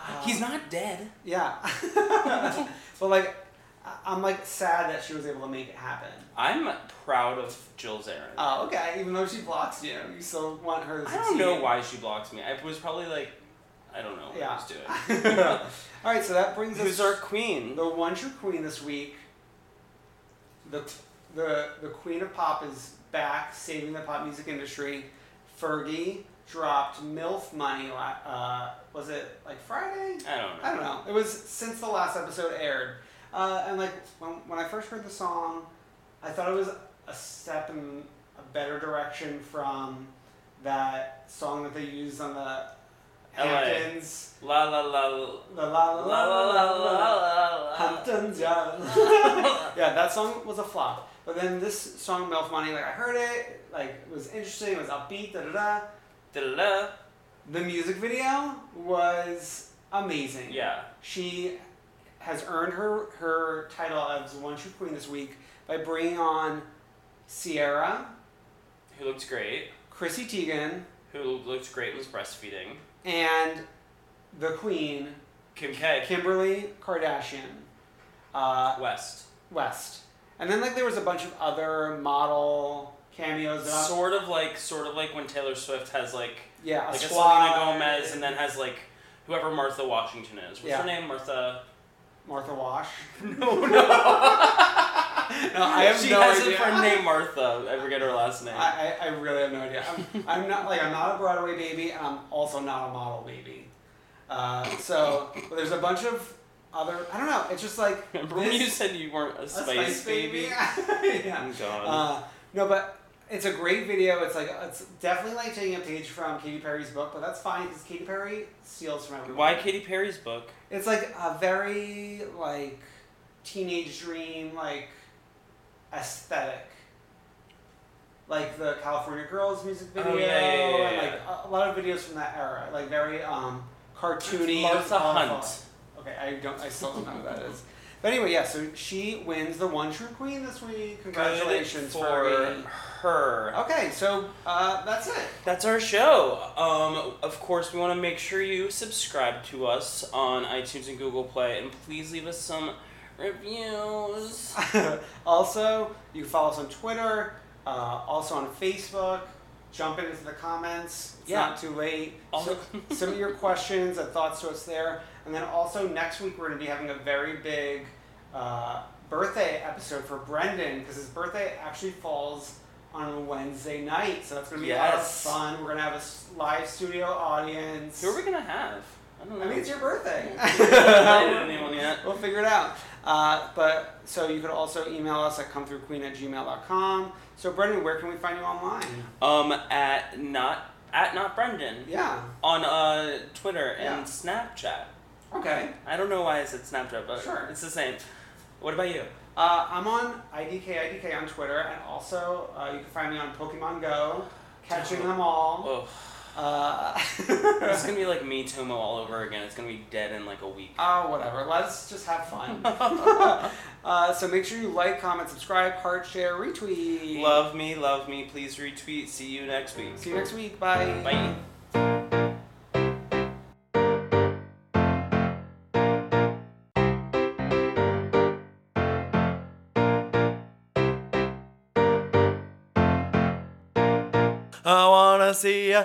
C: Uh,
D: He's not dead.
C: Yeah. but like, I- I'm like sad that she was able to make it happen.
D: I'm proud of Jill Zarin.
C: Oh, okay. Even though she blocks you, you still want her to
D: I
C: succeed.
D: don't know why she blocks me. I was probably like, I don't know what I
C: Yeah.
D: was doing.
C: All right, so that brings
D: Who's
C: us
D: our queen?
C: the one true queen this week. The the the queen of pop is back, saving the pop music industry. Fergie dropped milf money. la- Uh, was it like Friday?
D: I don't know.
C: I don't know. It was since the last episode aired. Uh, and like when, when I first heard the song, I thought it was a step in a better direction from that song that they used on the
D: LA.
C: Hamptons.
D: La la la la
C: La la la la la la. Hamptons, yeah. yeah, that song was a flop. But then this song, Melf Money, like I heard it, like it was interesting, it was upbeat, da da da.
D: Da-da-da.
C: The music video was amazing.
D: Yeah.
C: She has earned her her title as One True Queen this week by bringing on Sierra,
D: Who looked great?
C: Chrissy Teigen,
D: Who looked great and was breastfeeding?
C: and the Queen,
D: Kim K.
C: Kimberly Kardashian uh,
D: West.
C: West. And then like there was a bunch of other model cameos. That I-
D: Sort of like, sort of like when Taylor Swift has like,
C: yeah, a
D: like a
C: squad.
D: Selena Gomez, and then has like whoever Martha Washington is. What's
C: Yeah.
D: her name? Martha.
C: Martha Wash.
D: No, no.
C: No, I have
D: she
C: no
D: has
C: idea.
D: a friend named Martha. I forget her last name.
C: I, I, I really have no idea. I'm, I'm not like I'm not a Broadway baby, and I'm also not a model baby. Uh, so but there's a bunch of other. I don't know. It's just like
D: Remember when
C: this-
D: you said you weren't a
C: a
D: spice, baby?
C: yeah.
D: I'm gone.
C: Uh, no, but it's a great video. It's like it's definitely like taking a page from Katy Perry's book, but that's fine because Katy Perry steals from everyone.
D: Why Katy Perry's book?
C: It's like a very like teenage dream like aesthetic. Like the California Girls music
D: Oh,
C: video,
D: yeah, yeah, yeah,
C: and
D: yeah.
C: like a, a lot of videos from that era, like very um, cartoony.
D: Martha
C: awful.
D: Hunt.
C: Okay, I don't. I still don't know who that is. But anyway, yeah. So she wins the One True Queen this week. Congratulations
D: Good
C: for.
D: her.
C: Okay, so uh, that's it.
D: That's our show. Um, of course, we want to make sure you subscribe to us on iTunes and Google Play, and please leave us some reviews.
C: also, you can follow us on Twitter, uh, also on Facebook. Jump into the comments. It's
D: Yeah.
C: not too late.
D: Also-
C: So, submit your questions and thoughts to us there. And then also next week we're going to be having a very big uh, birthday episode for Brendan because his birthday actually falls on Wednesday night. So that's going to be a lot of
D: Yes.
C: fun. We're going to have a s- live studio audience.
D: Who are we gonna have? I don't know.
C: I mean, it's your birthday.
D: I didn't have anyone yet.
C: We'll figure it out. Uh, but so you could also email us at comethroughqueen at gmail.com. So Brendan, where can we find you online?
D: Um, at not at not Brendan.
C: Yeah.
D: On uh Twitter and
C: Yeah.
D: Snapchat.
C: Okay.
D: I don't know why I said Snapchat, but
C: Sure.
D: it's the same. What about you?
C: Uh, I'm on IDK IDK on Twitter, and also uh, you can find me on Pokemon Go, catching them all.
D: Oh,
C: Uh,
D: it's gonna be like me Tomo all over again. It's gonna be dead in like a week.
C: Oh, whatever. Let's just have fun. uh, so make sure you like, comment, subscribe, heart, share, retweet.
D: Love me, love me. Please retweet. See you next week.
C: See you next week. Bye.
D: Bye.
E: I wanna see ya